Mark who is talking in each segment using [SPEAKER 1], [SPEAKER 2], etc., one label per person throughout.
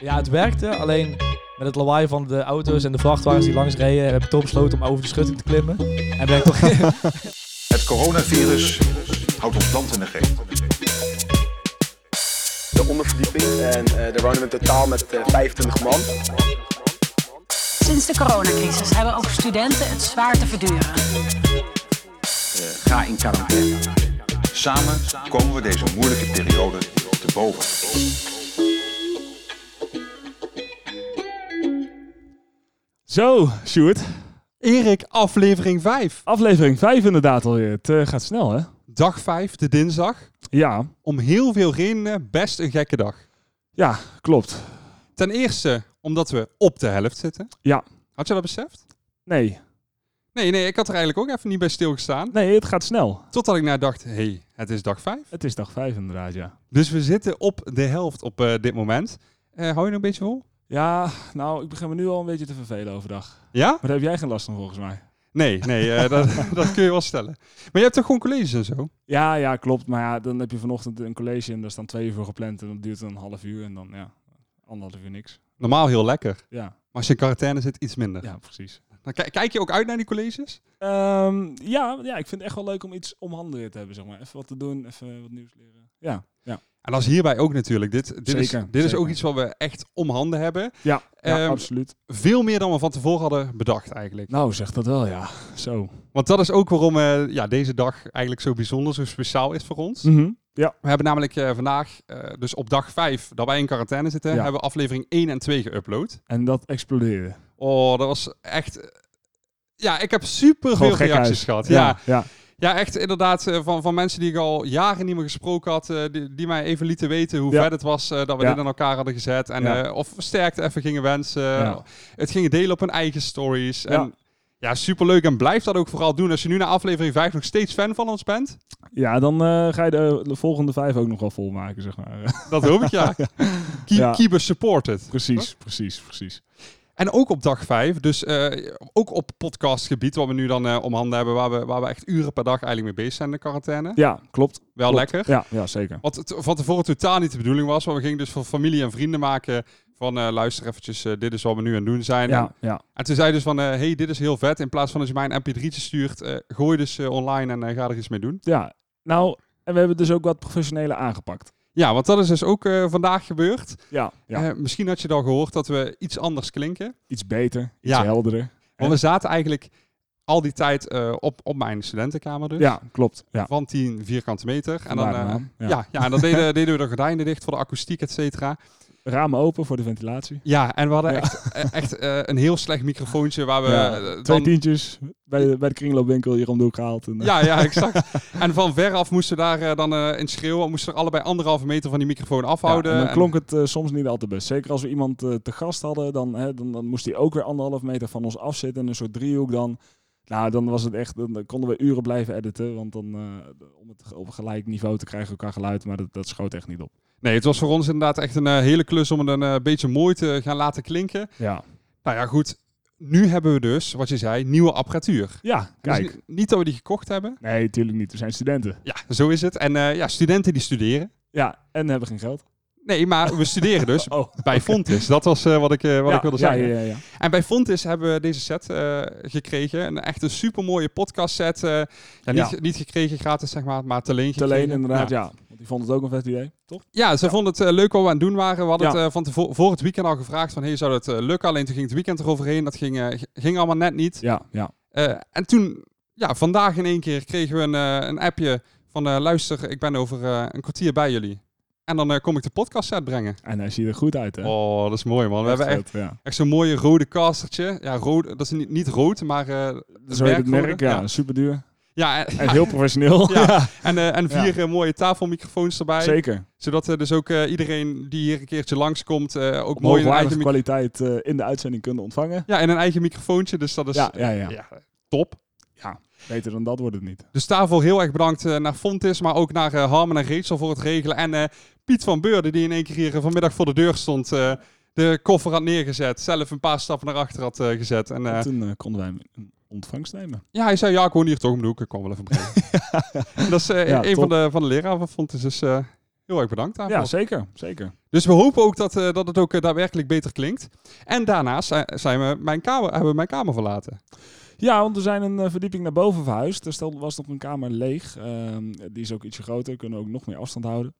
[SPEAKER 1] Ja, het werkte, alleen met het lawaai van de auto's en de vrachtwagens die langs reden, heb ik toch besloten om over de schutting te klimmen. En ben ik toch...
[SPEAKER 2] Het coronavirus houdt ons land in de greep.
[SPEAKER 3] de onderverdieping. En eh daar wonen we in totaal met eh, 25 man.
[SPEAKER 4] Sinds de coronacrisis hebben ook studenten het zwaar te verduren.
[SPEAKER 5] ga in quarantaine.
[SPEAKER 2] Samen komen we deze moeilijke periode te boven.
[SPEAKER 6] Zo, Sjoerd.
[SPEAKER 7] Erik, aflevering 5.
[SPEAKER 6] Aflevering 5 inderdaad alweer. Het eh, gaat snel, hè?
[SPEAKER 7] Dag 5, de dinsdag.
[SPEAKER 6] Ja,
[SPEAKER 7] Om heel veel redenen best een gekke dag.
[SPEAKER 6] ja, klopt.
[SPEAKER 7] Ten eerste omdat we op de helft zitten.
[SPEAKER 6] Ja.
[SPEAKER 7] Had je dat beseft?
[SPEAKER 6] Nee,
[SPEAKER 7] Nee, nee, ik had er eigenlijk ook even niet bij stilgestaan.
[SPEAKER 6] nee, het gaat snel.
[SPEAKER 7] Totdat ik nou dacht, hé, hey, het is dag 5.
[SPEAKER 6] Het is dag 5 inderdaad, ja.
[SPEAKER 7] Dus we zitten op de helft op eh, dit moment. Eh, hou je nog een beetje vol?
[SPEAKER 6] Ja, nou, ik begin me nu al een beetje te vervelen overdag.
[SPEAKER 7] Ja?
[SPEAKER 6] Maar daar heb jij geen last van volgens mij.
[SPEAKER 7] Nee, nee, eh, dat, dat kun je wel stellen. Maar je hebt toch gewoon colleges en zo?
[SPEAKER 6] Ja, ja, klopt. Maar ja, dan heb je vanochtend een college en daar staan twee uur voor gepland. En dat duurt dan een half uur en dan, ja, anderhalf uur niks.
[SPEAKER 7] Normaal heel lekker. Maar
[SPEAKER 6] Ja,
[SPEAKER 7] als je in quarantaine zit, iets minder.
[SPEAKER 6] ja precies.
[SPEAKER 7] Dan ki- kijk je ook uit naar die colleges?
[SPEAKER 6] Ehm, ja, ja, ik vind het echt wel leuk om iets om handen weer te hebben, zeg maar. Even wat te doen, even wat nieuws leren. Ja, ja,
[SPEAKER 7] En dat is hierbij ook natuurlijk. Dit, dit, is,
[SPEAKER 6] Zeker,
[SPEAKER 7] dit is ook
[SPEAKER 6] zeker.
[SPEAKER 7] iets wat we echt om handen hebben.
[SPEAKER 6] ja, ja
[SPEAKER 7] Ehm,
[SPEAKER 6] absoluut.
[SPEAKER 7] Veel meer dan we van tevoren hadden bedacht eigenlijk.
[SPEAKER 6] Nou, zeg dat wel, ja. Zo.
[SPEAKER 7] Want dat is ook waarom eh, ja, deze dag eigenlijk zo bijzonder, zo speciaal is voor ons.
[SPEAKER 6] Ja.
[SPEAKER 7] We hebben namelijk eh, vandaag, eh, dus op dag 5 dat wij in quarantaine zitten,
[SPEAKER 6] Ja.
[SPEAKER 7] hebben we aflevering 1 en 2 geüpload.
[SPEAKER 6] En dat explodeerde.
[SPEAKER 7] Oh, dat was echt... eh, Ja, ik heb super veel
[SPEAKER 6] Gewoon gek
[SPEAKER 7] reacties
[SPEAKER 6] huis.
[SPEAKER 7] gehad. Ja.
[SPEAKER 6] Ja,
[SPEAKER 7] Ja.
[SPEAKER 6] ja.
[SPEAKER 7] echt inderdaad eh, van, van mensen die ik al jaren niet meer gesproken had, eh, die, die mij even lieten weten hoe
[SPEAKER 6] Ja.
[SPEAKER 7] vet het was eh, dat we
[SPEAKER 6] Ja.
[SPEAKER 7] dit aan elkaar hadden gezet. En,
[SPEAKER 6] Ja.
[SPEAKER 7] eh, of sterkte even gingen wensen.
[SPEAKER 6] Ja.
[SPEAKER 7] Het gingen delen op hun eigen stories.
[SPEAKER 6] Ja.
[SPEAKER 7] En ja, superleuk. En blijf dat ook vooral doen. Als je nu na aflevering 5 nog steeds fan van ons bent,
[SPEAKER 6] Ja, dan eh, ga je de, de volgende vijf ook nog wel volmaken, zeg maar.
[SPEAKER 7] dat hoop ik ja. Keep,
[SPEAKER 6] Ja.
[SPEAKER 7] keep us supported.
[SPEAKER 6] precies, precies, precies.
[SPEAKER 7] En ook op dag 5, dus eh, ook op podcastgebied, wat we nu dan eh om handen hebben, waar we, waar we echt uren per dag eigenlijk mee bezig zijn in de quarantaine.
[SPEAKER 6] Ja, klopt.
[SPEAKER 7] Wel
[SPEAKER 6] klopt.
[SPEAKER 7] lekker.
[SPEAKER 6] Ja, ja zeker.
[SPEAKER 7] Wat het van tevoren totaal niet de bedoeling was, want we gingen dus voor familie en vrienden maken van eh, luister eventjes, eh, dit is wat we nu aan het doen zijn. En
[SPEAKER 6] Ja, ja.
[SPEAKER 7] En toen zei hij dus van, eh, hey, dit is heel vet. In plaats van dat je mij een mp3'tje stuurt, eh, gooi dus eh, online en eh, ga er iets mee doen.
[SPEAKER 6] ja. Nou, en we hebben dus ook wat professioneler aangepakt.
[SPEAKER 7] Ja, want dat is dus ook eh, vandaag gebeurd.
[SPEAKER 6] Ja, ja.
[SPEAKER 7] Eh, misschien had je dan gehoord dat we iets anders klinken.
[SPEAKER 6] iets beter, iets
[SPEAKER 7] ja.
[SPEAKER 6] helderder.
[SPEAKER 7] Want we zaten eigenlijk al die tijd eh, op, op mijn studentenkamer dus.
[SPEAKER 6] Ja, klopt. Ja.
[SPEAKER 7] Van 10 vierkante meter. En dan,
[SPEAKER 6] Vandaar de
[SPEAKER 7] eh,
[SPEAKER 6] naam,
[SPEAKER 7] ja.
[SPEAKER 6] ja.
[SPEAKER 7] Ja, en dan deden, deden we de gordijnen dicht voor de akoestiek, et cetera.
[SPEAKER 6] Ramen open voor de ventilatie.
[SPEAKER 7] Ja, en we hadden
[SPEAKER 6] Ja.
[SPEAKER 7] echt, eh, echt eh, een heel slecht microfoontje waar we...
[SPEAKER 6] Ja,
[SPEAKER 7] eh,
[SPEAKER 6] Twee
[SPEAKER 7] dan-
[SPEAKER 6] tientjes bij de, bij de kringloopwinkel hier om de hoek gehaald. En, eh,
[SPEAKER 7] Ja, ja, exact. en van veraf moesten we daar eh, dan eh, in schreeuwen. Moesten er allebei anderhalve meter van die microfoon afhouden.
[SPEAKER 6] Ja, en
[SPEAKER 7] En-
[SPEAKER 6] dan klonk het eh, soms niet altijd best. Zeker als we iemand eh, te gast hadden, dan, hè, dan, dan moest hij ook weer anderhalf meter van ons afzitten. In een soort driehoek dan. Nou, dan was het echt, dan dan konden we uren blijven editen. Want dan, eh, om het op een gelijk niveau te krijgen qua geluid, maar dat, dat schoot echt niet op.
[SPEAKER 7] Nee, het was voor ons inderdaad echt een eh, hele klus om het een eh, beetje mooi te gaan laten klinken.
[SPEAKER 6] Ja,
[SPEAKER 7] Nou ja, goed. Nu hebben we dus, wat je zei, nieuwe apparatuur.
[SPEAKER 6] ja
[SPEAKER 7] Dus
[SPEAKER 6] kijk.
[SPEAKER 7] ni- niet dat we die gekocht hebben.
[SPEAKER 6] Nee, tuurlijk niet. We zijn studenten.
[SPEAKER 7] Ja, zo is het. En eh, ja, studenten die studeren.
[SPEAKER 6] Ja, en hebben geen geld.
[SPEAKER 7] Nee, maar we studeren dus
[SPEAKER 6] Oh,
[SPEAKER 7] bij Fontis. Dat was eh, wat ik, eh, wat
[SPEAKER 6] ja,
[SPEAKER 7] ik wilde
[SPEAKER 6] ja,
[SPEAKER 7] zeggen.
[SPEAKER 6] Ja, ja, ja.
[SPEAKER 7] En bij Fontis hebben we deze set eh, gekregen. Een echt een supermooie podcast set. ja, niet,
[SPEAKER 6] Ja.
[SPEAKER 7] niet gekregen gratis, zeg maar, maar te leen
[SPEAKER 6] Te leen
[SPEAKER 7] gekregen.
[SPEAKER 6] inderdaad,
[SPEAKER 7] Ja.
[SPEAKER 6] ja. Want die vond het ook een vet idee, toch?
[SPEAKER 7] Ja, ze vonden het eh, leuk wat we aan het doen waren. We hadden
[SPEAKER 6] Ja.
[SPEAKER 7] het eh, van tevoren voor het weekend al gevraagd van, hey, zou dat eh, lukken? Alleen toen ging het weekend eroverheen. Dat ging, eh, g- ging allemaal net niet.
[SPEAKER 6] Ja, ja.
[SPEAKER 7] Eh, en toen, ja, vandaag in één keer kregen we een, eh, een appje van, eh, luister, ik ben over eh, een kwartier bij jullie. En dan eh, kom ik de podcast set brengen.
[SPEAKER 6] En hij ziet er goed uit, hè?
[SPEAKER 7] Oh, dat is mooi man. We hebben echt,
[SPEAKER 6] vet, ja.
[SPEAKER 7] echt zo'n mooie rode castertje. Ja, rood, dat is niet, niet rood, maar eh
[SPEAKER 6] Zo heet het
[SPEAKER 7] merkrode.
[SPEAKER 6] merk, ja. Super duur.
[SPEAKER 7] Ja, en,
[SPEAKER 6] En heel professioneel.
[SPEAKER 7] Ja. en, eh, en
[SPEAKER 6] Ja.
[SPEAKER 7] vier eh, mooie tafelmicrofoons erbij.
[SPEAKER 6] Zeker.
[SPEAKER 7] Zodat eh, dus ook eh, iedereen die hier een keertje langskomt eh ook
[SPEAKER 6] op
[SPEAKER 7] mooi een eigen
[SPEAKER 6] hoogwaardige
[SPEAKER 7] microfoon...
[SPEAKER 6] kwaliteit eh, in de uitzending kunnen ontvangen.
[SPEAKER 7] Ja, en een eigen microfoontje, dus dat is
[SPEAKER 6] Ja,
[SPEAKER 7] eh,
[SPEAKER 6] ja, ja,
[SPEAKER 7] ja, top.
[SPEAKER 6] Beter dan dat wordt het niet.
[SPEAKER 7] Dus daarvoor heel erg bedankt eh, naar Fontis, maar ook naar eh, Harmen en Rachel voor het regelen. En eh, Piet van Beurden, die in één keer hier eh, vanmiddag voor de deur stond, eh, de koffer had neergezet, zelf een paar stappen naar achter had eh, gezet. En eh,
[SPEAKER 6] En toen eh, konden wij hem in ontvangst nemen.
[SPEAKER 7] ja, hij zei, ja, ik woon hier toch om de hoek, ik kom wel even brengen. dat is eh,
[SPEAKER 6] Ja,
[SPEAKER 7] een
[SPEAKER 6] top.
[SPEAKER 7] van de, van de leraren van Fontis, dus eh, Heel erg bedankt daarvoor.
[SPEAKER 6] Ja, zeker. zeker.
[SPEAKER 7] Dus we hopen ook dat, eh, dat het ook eh, daadwerkelijk beter klinkt. En daarnaast eh, zijn we mijn kamer, hebben we mijn kamer verlaten.
[SPEAKER 6] Ja, want we zijn een eh, verdieping naar boven verhuisd. Er stel- was nog een kamer leeg. Ehm, die is ook ietsje groter, kunnen we ook nog meer afstand houden.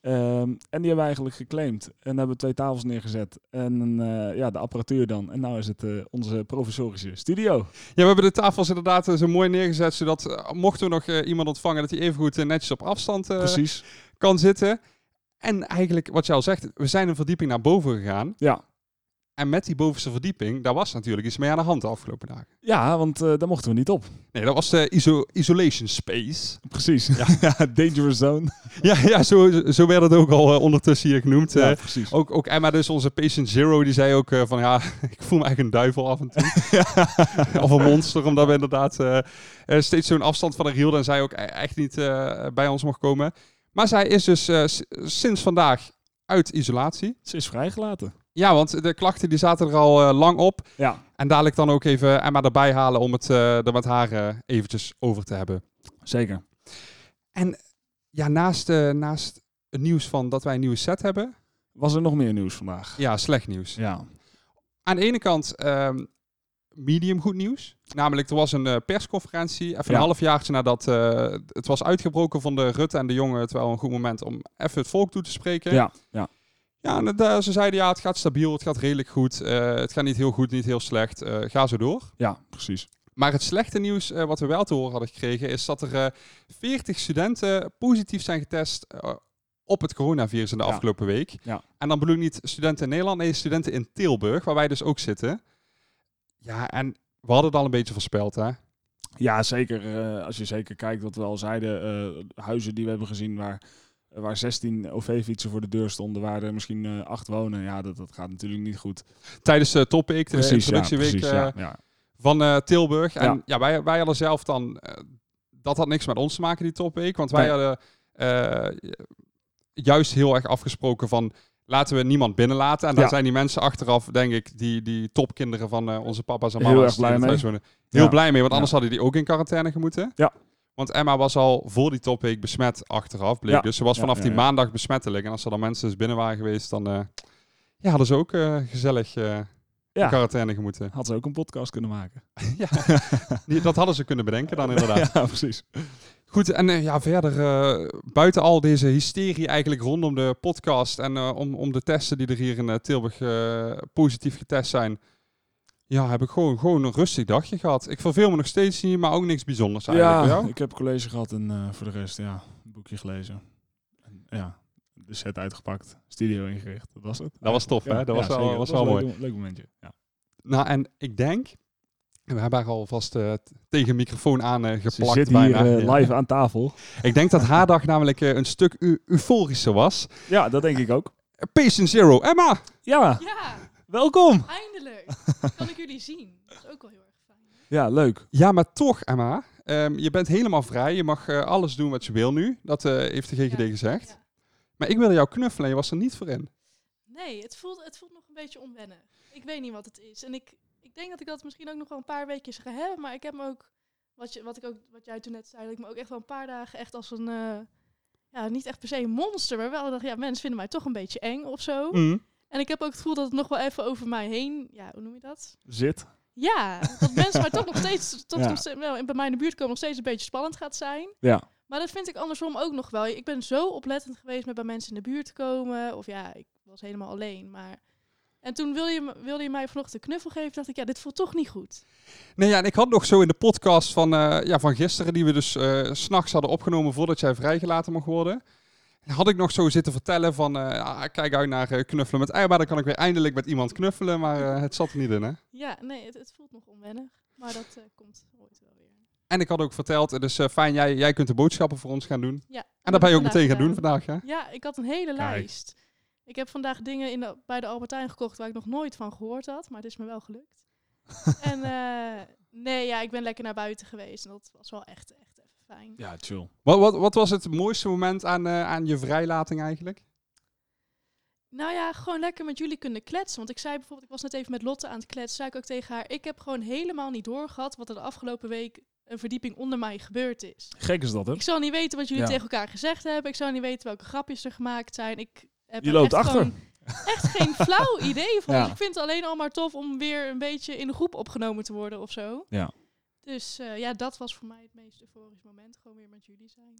[SPEAKER 6] Ehm, en die hebben we eigenlijk geclaimd. En daar hebben we twee tafels neergezet. En eh, ja, de apparatuur dan. En nou is het eh, onze provisorische studio.
[SPEAKER 7] Ja, we hebben de tafels inderdaad eh, zo mooi neergezet, zodat eh, mochten we nog eh, iemand ontvangen, dat hij evengoed goed netjes op afstand eh,
[SPEAKER 6] Precies.
[SPEAKER 7] kan zitten. En eigenlijk, wat jij al zegt, we zijn een verdieping naar boven gegaan.
[SPEAKER 6] Ja.
[SPEAKER 7] En met die bovenste verdieping, daar was natuurlijk iets mee aan de hand de afgelopen dagen.
[SPEAKER 6] Ja, want eh, daar mochten we niet op.
[SPEAKER 7] Nee, dat was de iso- isolation space.
[SPEAKER 6] Precies. Ja, dangerous zone.
[SPEAKER 7] Ja, ja zo, zo werd het ook al eh, ondertussen hier genoemd. eh.
[SPEAKER 6] Ja, Oh, precies.
[SPEAKER 7] Ook, ook Emma, dus onze patient zero, die zei ook eh, van ja, ik voel me eigenlijk een duivel af en toe. of een monster, omdat we inderdaad eh, eh, steeds zo'n afstand van haar hielden en zij ook e- echt niet eh, bij ons mocht komen. Maar zij is dus eh, s- sinds vandaag uit isolatie.
[SPEAKER 6] Ze is vrijgelaten.
[SPEAKER 7] Ja, want de klachten die zaten er al eh, lang op.
[SPEAKER 6] Ja,
[SPEAKER 7] En dadelijk dan ook even Emma erbij halen om het eh, er met haar eh, eventjes over te hebben.
[SPEAKER 6] zeker.
[SPEAKER 7] Ja, naast, eh, naast het nieuws van dat wij een nieuwe set hebben.
[SPEAKER 6] Was er nog meer nieuws vandaag?
[SPEAKER 7] Ja, slecht nieuws.
[SPEAKER 6] Ja.
[SPEAKER 7] aan de ene kant ehm, medium goed nieuws. Namelijk, er was een eh, persconferentie. Even
[SPEAKER 6] Ja.
[SPEAKER 7] een halfjaartje nadat eh, het was uitgebroken van de Rutte en de jongen. Het wel een goed moment om even het volk toe te spreken.
[SPEAKER 6] Ja, ja.
[SPEAKER 7] Ja, en het, eh, ze zeiden ja, het gaat stabiel, het gaat redelijk goed. eh, het gaat niet heel goed, niet heel slecht. eh, ga zo door.
[SPEAKER 6] ja precies.
[SPEAKER 7] Maar het slechte nieuws eh, wat we wel te horen hadden gekregen is dat er eh 40 studenten positief zijn getest eh, op het coronavirus in de
[SPEAKER 6] Ja.
[SPEAKER 7] afgelopen week.
[SPEAKER 6] Ja.
[SPEAKER 7] En dan bedoel ik niet studenten in Nederland, nee, studenten in Tilburg, waar wij dus ook zitten. Ja, en we hadden het al een beetje voorspeld, hè?
[SPEAKER 6] Ja, zeker. eh, als je zeker kijkt wat we al zeiden, eh, huizen die we hebben gezien waar, waar 16 OV-fietsen voor de deur stonden, waar er misschien eh, acht wonen. Ja, dat, dat gaat natuurlijk niet goed.
[SPEAKER 7] Tijdens de Top Week, de introductieweek
[SPEAKER 6] precies,
[SPEAKER 7] eh,
[SPEAKER 6] ja, ja.
[SPEAKER 7] van eh, Tilburg. En ja,
[SPEAKER 6] Ja.
[SPEAKER 7] wij, wij hadden zelf dan... eh, dat had niks met ons te maken, die Top Week. Want wij
[SPEAKER 6] Nee.
[SPEAKER 7] hadden eh, juist heel erg afgesproken van... laten we niemand binnenlaten. En daar
[SPEAKER 6] Ja.
[SPEAKER 7] zijn die mensen achteraf, denk ik... die, die topkinderen van eh, onze papa's en
[SPEAKER 6] Heel
[SPEAKER 7] mama's...
[SPEAKER 6] erg
[SPEAKER 7] die
[SPEAKER 6] blij
[SPEAKER 7] in het
[SPEAKER 6] mee.
[SPEAKER 7] huis wonen, heel
[SPEAKER 6] Ja.
[SPEAKER 7] blij mee. Want
[SPEAKER 6] Ja.
[SPEAKER 7] anders hadden die ook in quarantaine moeten.
[SPEAKER 6] Ja.
[SPEAKER 7] Want Emma was al voor die Top Week besmet achteraf, bleek.
[SPEAKER 6] Ja.
[SPEAKER 7] Dus ze was
[SPEAKER 6] Ja,
[SPEAKER 7] vanaf
[SPEAKER 6] ja,
[SPEAKER 7] die
[SPEAKER 6] ja.
[SPEAKER 7] maandag besmettelijk. En als er dan mensen dus binnen waren geweest, dan... eh, ja, hadden ze ook eh, gezellig... eh, in
[SPEAKER 6] Ja.
[SPEAKER 7] quarantaine moeten.
[SPEAKER 6] Had ze ook een podcast kunnen maken.
[SPEAKER 7] Die- Dat hadden ze kunnen bedenken dan inderdaad.
[SPEAKER 6] Ja, precies.
[SPEAKER 7] Goed, en eh, ja, verder, eh, buiten al deze hysterie eigenlijk rondom de podcast en eh, om, om de testen die er hier in eh, Tilburg eh, positief getest zijn, ja, heb ik gewoon, gewoon een rustig dagje gehad. Ik verveel me nog steeds niet, maar ook niks bijzonders eigenlijk.
[SPEAKER 6] Ja,
[SPEAKER 7] Ja.
[SPEAKER 6] ik heb college gehad en eh, voor de rest, ja, een boekje gelezen. En, ja, de set uitgepakt, studio ingericht. Dat was het.
[SPEAKER 7] Dat was tof, hè? Dat was wel-
[SPEAKER 6] zeker.
[SPEAKER 7] was
[SPEAKER 6] een
[SPEAKER 7] wel
[SPEAKER 6] leuk- Leuk momentje. Ja,
[SPEAKER 7] Nou, en ik denk, en we hebben haar alvast eh, t- tegen een microfoon aan eh,
[SPEAKER 6] ze
[SPEAKER 7] geplakt
[SPEAKER 6] zit hier
[SPEAKER 7] bijna.
[SPEAKER 6] eh,
[SPEAKER 7] Ja.
[SPEAKER 6] live aan tafel.
[SPEAKER 7] Ik denk dat haar dag namelijk eh, een stuk eu- euforischer was.
[SPEAKER 6] Ja, dat denk ik ook.
[SPEAKER 7] Patient Zero, Emma!
[SPEAKER 6] Ja,
[SPEAKER 5] Ja,
[SPEAKER 6] welkom.
[SPEAKER 5] eindelijk. kan ik jullie zien. Dat is ook wel heel erg fijn.
[SPEAKER 6] Ja, leuk.
[SPEAKER 7] Ja, maar toch, Emma. ehm, je bent helemaal vrij. Je mag eh, alles doen wat je wil nu. Dat eh, heeft de GGD
[SPEAKER 5] Ja,
[SPEAKER 7] gezegd.
[SPEAKER 5] ja.
[SPEAKER 7] Maar ik wilde jou knuffelen en je was er niet voor in.
[SPEAKER 5] Nee, het voelt, het voelt nog een beetje onwennig. Ik weet niet wat het is. En ik, ik denk dat ik dat misschien ook nog wel een paar weekjes ga hebben. Maar ik heb me ook, wat, je, wat, ik ook, wat jij toen net zei, dat ik me ook echt wel een paar dagen echt als een... eh, ja, niet echt per se een monster, maar wel dacht, ja, mensen vinden mij toch een beetje eng of zo.
[SPEAKER 7] Mm.
[SPEAKER 5] En ik heb ook het gevoel dat het nog wel even over mij heen, ja, hoe noem je dat?
[SPEAKER 6] Zit.
[SPEAKER 5] Ja, dat mensen mij toch nog steeds, toch
[SPEAKER 6] Ja.
[SPEAKER 5] nog steeds wel, bij mij in de buurt komen, nog steeds een beetje spannend gaat zijn.
[SPEAKER 6] Ja.
[SPEAKER 5] Maar dat vind ik andersom ook nog wel. Ik ben zo oplettend geweest met bij mensen in de buurt komen. Of ja, ik was helemaal alleen. Maar... En toen wilde je, me- wilde je mij vanochtend een knuffel geven. dacht ik, ja, dit voelt toch niet goed.
[SPEAKER 7] Nee, ja, en ik had nog zo in de podcast van, eh, ja, van gisteren, die we dus eh, s s'nachts hadden opgenomen voordat jij vrijgelaten mocht worden. Had ik nog zo zitten vertellen van, eh, ah, ik kijk uit naar eh, knuffelen met Emma. Dan kan ik weer eindelijk met iemand knuffelen, maar eh, het zat er niet in, hè?
[SPEAKER 5] Ja, nee, het, het voelt nog onwennig. Maar dat eh, komt ooit wel weer.
[SPEAKER 7] En ik had ook verteld, eh, dus eh, fijn, jij, jij kunt de boodschappen voor ons gaan doen.
[SPEAKER 5] Ja,
[SPEAKER 7] En dat ben je ook
[SPEAKER 5] vandaag eh,
[SPEAKER 7] meteen gaan doen
[SPEAKER 5] gedaan.
[SPEAKER 7] vandaag, hè?
[SPEAKER 5] Ja, ik had een hele
[SPEAKER 6] Kijk.
[SPEAKER 5] lijst. Ik heb vandaag dingen in de, bij de Albertijn gekocht waar ik nog nooit van gehoord had, maar het is me wel gelukt. en eh, nee, ja, ik ben lekker naar buiten geweest en dat was wel echt, echt even fijn.
[SPEAKER 6] Ja, chill.
[SPEAKER 7] Wat, wat, wat was het mooiste moment aan, eh, aan je vrijlating eigenlijk?
[SPEAKER 5] Nou ja, gewoon lekker met jullie kunnen kletsen. Want ik zei bijvoorbeeld, ik was net even met Lotte aan het kletsen, zei ik ook tegen haar, ik heb gewoon helemaal niet doorgehad wat er de afgelopen week eh, een verdieping onder mij gebeurd is.
[SPEAKER 6] Gek is dat, hè?
[SPEAKER 5] Ik zal niet weten wat jullie
[SPEAKER 6] Ja.
[SPEAKER 5] tegen elkaar gezegd hebben. Ik zal niet weten welke grapjes er gemaakt zijn. Ik heb
[SPEAKER 6] Je
[SPEAKER 5] er
[SPEAKER 6] loopt
[SPEAKER 5] echt
[SPEAKER 6] achter.
[SPEAKER 5] gewoon Echt geen flauw idee van.
[SPEAKER 6] Ja.
[SPEAKER 5] Dus ik vind het alleen al maar tof om weer een beetje in de groep opgenomen te worden of zo.
[SPEAKER 6] Ja.
[SPEAKER 5] Dus eh, ja, dat was voor mij het meest euforisch moment. Gewoon weer met jullie zijn.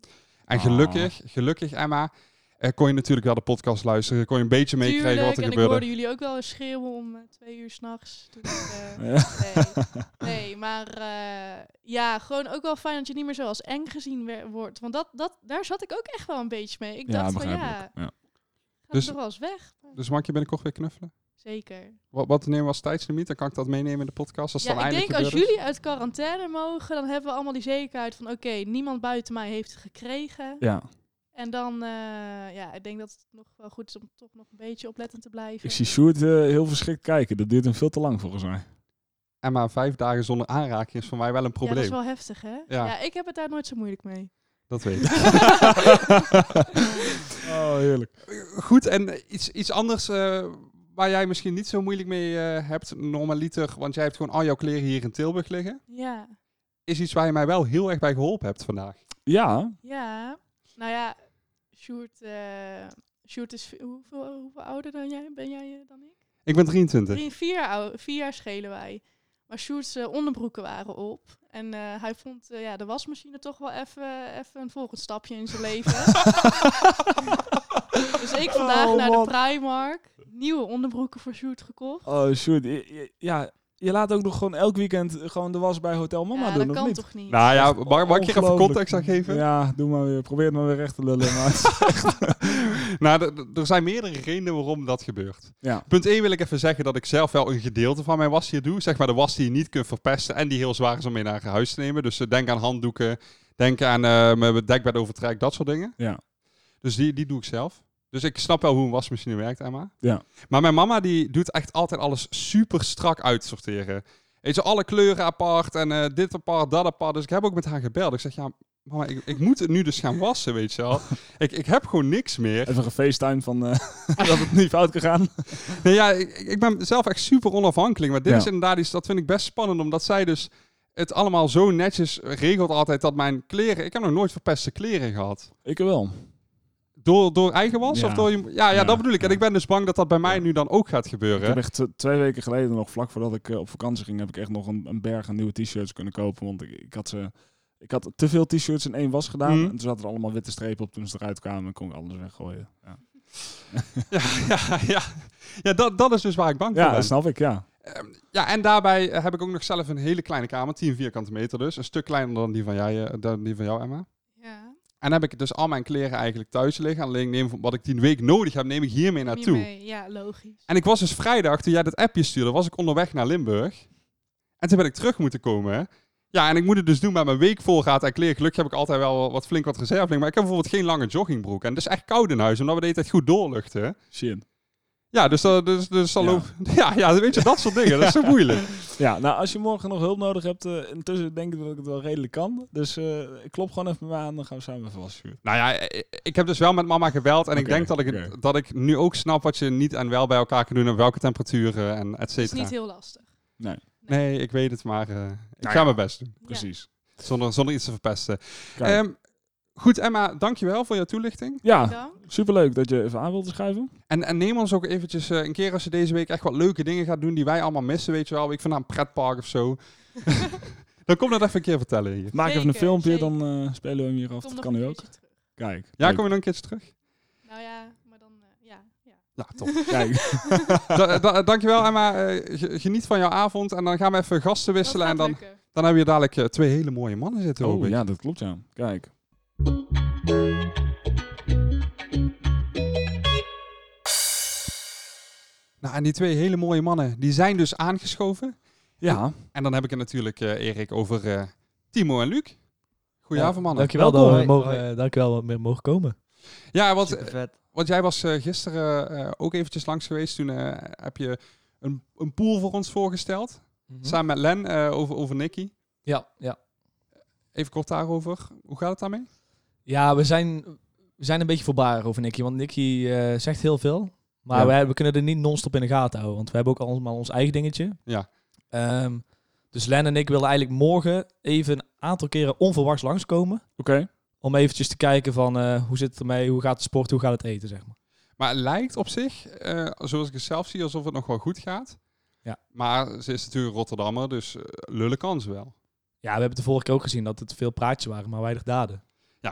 [SPEAKER 7] En
[SPEAKER 6] Ah.
[SPEAKER 7] gelukkig, gelukkig Emma, eh, kon je natuurlijk wel de podcast luisteren. Kon je een beetje meekrijgen wat
[SPEAKER 5] Tuurlijk,
[SPEAKER 7] er
[SPEAKER 5] en ik
[SPEAKER 7] gebeurde.
[SPEAKER 5] hoorde jullie ook wel eens schreeuwen om eh, twee uur s'nachts. eh,
[SPEAKER 6] Ja.
[SPEAKER 5] nee, nee, maar eh, ja, gewoon ook wel fijn dat je niet meer zo als eng gezien wer- wordt. Want dat, dat, daar zat ik ook echt wel een beetje mee. Ik dacht van ja,
[SPEAKER 6] begrijpelijk.
[SPEAKER 5] gaat
[SPEAKER 6] Ja.
[SPEAKER 7] Dus-
[SPEAKER 5] het toch wel eens weg. Maar
[SPEAKER 7] Dus mag je binnenkort weer knuffelen?
[SPEAKER 5] Zeker.
[SPEAKER 7] Wat, wat nemen we als tijdslimiet? Dan kan ik dat meenemen in de podcast. Als het
[SPEAKER 5] Ja,
[SPEAKER 7] dan
[SPEAKER 5] ik denk
[SPEAKER 7] eindelijk
[SPEAKER 5] als
[SPEAKER 7] gebeurd is.
[SPEAKER 5] jullie uit quarantaine mogen, dan hebben we allemaal die zekerheid van oké, niemand buiten mij heeft het gekregen.
[SPEAKER 6] Ja.
[SPEAKER 5] En dan, eh, ja, ik denk dat het nog wel goed is om toch nog een beetje oplettend te blijven.
[SPEAKER 6] Ik zie Sjoerd eh, heel verschrikt kijken. Dat duurt hem veel te lang, volgens mij.
[SPEAKER 7] Emma, vijf dagen zonder aanraking is voor mij wel een
[SPEAKER 5] Ja, dat
[SPEAKER 7] probleem.
[SPEAKER 5] is wel heftig, hè? Ja. ik heb het daar nooit zo moeilijk mee.
[SPEAKER 7] dat weet ik.
[SPEAKER 6] Oh, heerlijk.
[SPEAKER 7] Goed, en eh, iets, iets anders eh, waar jij misschien niet zo moeilijk mee eh, hebt, normaliter, want jij hebt gewoon al jouw kleren hier in Tilburg liggen,
[SPEAKER 5] Ja,
[SPEAKER 7] is iets waar je mij wel heel erg bij geholpen hebt vandaag.
[SPEAKER 6] Ja,
[SPEAKER 5] ja. Nou ja, Sjoerd, eh, Sjoerd is v- hoeveel, hoeveel ouder dan jij, ben jij eh, dan ik?
[SPEAKER 7] Ik ben 23.
[SPEAKER 5] Drie, vier, jaar ou- vier jaar schelen wij. Maar Sjoerd's eh, onderbroeken waren op. En eh, hij vond eh, ja, de wasmachine toch wel even even een volgend stapje in zijn leven. dus ik vandaag
[SPEAKER 6] Oh,
[SPEAKER 5] naar
[SPEAKER 6] man.
[SPEAKER 5] de Primark. Nieuwe onderbroeken voor Sjoerd gekocht.
[SPEAKER 6] Oh, Sjoerd. je- je- Ja, je laat ook nog gewoon elk weekend gewoon de was bij Hotel
[SPEAKER 7] Oh,
[SPEAKER 6] Mama
[SPEAKER 5] ja,
[SPEAKER 6] doen,
[SPEAKER 5] dat
[SPEAKER 6] of
[SPEAKER 5] kan
[SPEAKER 6] niet?
[SPEAKER 5] toch niet?
[SPEAKER 7] Nou ja, mag, mag ik je even
[SPEAKER 6] Ongelooflijk.
[SPEAKER 7] context aan geven?
[SPEAKER 6] Ja, doe maar weer. Probeer het maar weer recht te lullen. Maar het-
[SPEAKER 7] Nou, d- d- er zijn meerdere redenen waarom dat gebeurt.
[SPEAKER 6] ja.
[SPEAKER 7] Punt 1 wil ik even zeggen dat ik zelf wel een gedeelte van mijn was hier doe. Zeg maar de was die je niet kunt verpesten en die heel zwaar is om mee naar huis te nemen. Dus eh, denk aan handdoeken, denk aan eh, mijn dekbed overtrek, dat soort dingen.
[SPEAKER 6] Ja.
[SPEAKER 7] Dus die, die doe ik zelf. Dus ik snap wel hoe een wasmachine werkt, Emma.
[SPEAKER 6] Ja.
[SPEAKER 7] Maar mijn mama die doet echt altijd alles super strak uitsorteren. Weet je, alle kleuren apart en eh, dit apart, dat apart. Dus ik heb ook met haar gebeld. Ik zeg, ja, mama, ik, ik moet het nu dus gaan wassen, weet je wel. Ik, ik heb gewoon niks meer.
[SPEAKER 6] Even een FaceTime van eh, dat het niet fout gegaan.
[SPEAKER 7] Nee, ja, ik, ik ben zelf echt super onafhankelijk. Maar dit
[SPEAKER 6] Ja.
[SPEAKER 7] is inderdaad iets, dat vind ik best spannend. Omdat zij dus het allemaal zo netjes regelt altijd dat mijn kleren... Ik heb nog nooit verpeste kleren gehad.
[SPEAKER 6] Ik wel.
[SPEAKER 7] Door, door eigen was?
[SPEAKER 6] Ja.
[SPEAKER 7] Of door je, ja, ja,
[SPEAKER 6] Ja,
[SPEAKER 7] dat bedoel ik. En
[SPEAKER 6] ja.
[SPEAKER 7] ik ben dus bang dat dat bij mij nu dan ook gaat
[SPEAKER 6] Ik
[SPEAKER 7] gebeuren.
[SPEAKER 6] heb echt eh, twee weken geleden nog, vlak voordat ik eh, op vakantie ging, heb ik echt nog een, een berg aan nieuwe t-shirts kunnen kopen. Want ik, ik had ze... Ik had te veel t-shirts in één was gedaan.
[SPEAKER 7] Mhm.
[SPEAKER 6] En toen zaten er allemaal witte strepen op toen ze eruit kwamen. En kon ik alles weggooien. Ja,
[SPEAKER 7] Ja, ja, ja. ja dat, dat is dus waar ik bang voor
[SPEAKER 6] ja
[SPEAKER 7] ben.
[SPEAKER 6] dat snap ik, ja.
[SPEAKER 7] Ehm, ja, en daarbij eh, heb ik ook nog zelf een hele kleine kamer. 10 vierkante meter dus. Een stuk kleiner dan die van, jij, eh, dan die van jou, Emma.
[SPEAKER 5] Ja,
[SPEAKER 7] En heb ik dus al mijn kleren eigenlijk thuis liggen. Alleen ik neem van- wat ik die week nodig heb, neem ik hiermee
[SPEAKER 5] kom je
[SPEAKER 7] naartoe.
[SPEAKER 5] mee? Ja, logisch.
[SPEAKER 7] En ik was dus vrijdag, toen jij dat appje stuurde, was ik onderweg naar Limburg. En toen ben ik terug moeten komen. Ja, en ik moet het dus doen met mijn week volgaat en kleren. Gelukkig heb ik altijd wel wat flink wat reserve liggen. Maar ik heb bijvoorbeeld geen lange joggingbroek. En het is echt koud in huis, omdat we de hele tijd goed doorluchten.
[SPEAKER 6] Shit.
[SPEAKER 7] Ja, dus, dat- dus, dus dan
[SPEAKER 6] Ja.
[SPEAKER 7] loop... Ja, ja, weet je, dat soort dingen. Dat is zo moeilijk.
[SPEAKER 6] Ja, nou als je morgen nog hulp nodig hebt, eh, intussen denk ik dat ik het wel redelijk kan. Dus eh, ik klop gewoon even bij mij aan, dan gaan we samen even wassen. Sjoerd.
[SPEAKER 7] Nou ja, i- ik heb dus wel met mama geweld. En ik
[SPEAKER 6] Oké,
[SPEAKER 7] denk dat ik, het-
[SPEAKER 6] oké.
[SPEAKER 7] dat ik nu ook snap wat je niet en wel bij elkaar kan doen. En welke temperaturen en et
[SPEAKER 5] Het is
[SPEAKER 7] cetera.
[SPEAKER 5] niet heel lastig.
[SPEAKER 7] Nee, ik weet het, maar eh, ik
[SPEAKER 6] Nou
[SPEAKER 7] ga
[SPEAKER 6] ja.
[SPEAKER 7] mijn best doen.
[SPEAKER 5] Ja.
[SPEAKER 6] Precies.
[SPEAKER 7] Zonder, zonder iets te verpesten.
[SPEAKER 6] Kijk.
[SPEAKER 7] Ehm, goed, Emma, dankjewel voor jouw toelichting.
[SPEAKER 6] Ja,
[SPEAKER 5] Dank.
[SPEAKER 6] superleuk dat je even aan wilde schuiven.
[SPEAKER 7] En, en neem ons ook eventjes eh, een keer als je deze week echt wat leuke dingen gaat doen die wij allemaal missen, weet je wel. Ik van naar een pretpark of zo. dan kom dat even een keer vertellen hier.
[SPEAKER 6] Maak even een
[SPEAKER 5] Zeker,
[SPEAKER 6] filmpje,
[SPEAKER 5] zeker.
[SPEAKER 6] dan eh, spelen we hem hier af.
[SPEAKER 5] Kom
[SPEAKER 6] Dat
[SPEAKER 5] nog
[SPEAKER 6] kan
[SPEAKER 5] een
[SPEAKER 6] nu ook.
[SPEAKER 5] keertje terug.
[SPEAKER 6] Kijk.
[SPEAKER 7] Ja,
[SPEAKER 6] leuk.
[SPEAKER 7] kom je dan een keertje terug?
[SPEAKER 5] Nou ja, maar dan, eh, ja, ja.
[SPEAKER 7] Ja, top.
[SPEAKER 6] Kijk.
[SPEAKER 7] Da- da- dankjewel Emma, Eh, ge- geniet van jouw avond en dan gaan we even gasten
[SPEAKER 5] Dat
[SPEAKER 7] wisselen. En
[SPEAKER 5] gaat
[SPEAKER 7] dan,
[SPEAKER 5] lukken.
[SPEAKER 7] dan hebben we hier dadelijk eh, twee hele mooie mannen zitten. hoop
[SPEAKER 6] Oh
[SPEAKER 7] ik.
[SPEAKER 6] ja, dat klopt ja. Kijk.
[SPEAKER 7] Nou, en die twee hele mooie mannen, die zijn dus aangeschoven. Eh,
[SPEAKER 6] Ja,
[SPEAKER 7] En dan heb ik het natuurlijk, eh, Erik, over eh, Timo en Luc. Goedenavond
[SPEAKER 1] Ja,
[SPEAKER 7] mannen.
[SPEAKER 1] Dankjewel
[SPEAKER 8] Welkom.
[SPEAKER 1] dat we
[SPEAKER 8] Hoi.
[SPEAKER 1] mogen,
[SPEAKER 8] Hoi.
[SPEAKER 1] eh, dankjewel dat we mogen komen.
[SPEAKER 7] Ja, want
[SPEAKER 8] Super vet.
[SPEAKER 7] Want jij was eh, gisteren eh, ook eventjes langs geweest. Toen eh, heb je een, een pool voor ons voorgesteld.
[SPEAKER 1] Mhm.
[SPEAKER 7] Samen met Len eh, over, over Nicky.
[SPEAKER 1] Ja, ja.
[SPEAKER 7] Even kort daarover. Hoe gaat het daarmee?
[SPEAKER 1] ja we, zijn, we zijn een beetje voorbarig over Nicky. Want Nicky eh, zegt heel veel. Maar
[SPEAKER 6] Ja.
[SPEAKER 1] wij- we kunnen er niet non-stop in de gaten houden. Want we hebben ook allemaal ons eigen dingetje.
[SPEAKER 7] Ja.
[SPEAKER 1] Ehm, Dus Len en ik willen eigenlijk morgen even een aantal keren onverwachts langskomen.
[SPEAKER 6] Oké.
[SPEAKER 1] Om eventjes te kijken van eh, hoe zit het ermee, hoe gaat de sport, hoe gaat het eten, zeg maar.
[SPEAKER 7] Maar het lijkt op zich, eh, zoals ik het zelf zie, alsof het nog wel goed gaat.
[SPEAKER 1] Ja.
[SPEAKER 7] Maar ze is natuurlijk Rotterdammer, dus eh, lullen kan ze wel.
[SPEAKER 1] Ja, we hebben het de vorige keer ook gezien dat het veel praatjes waren, maar weinig daden.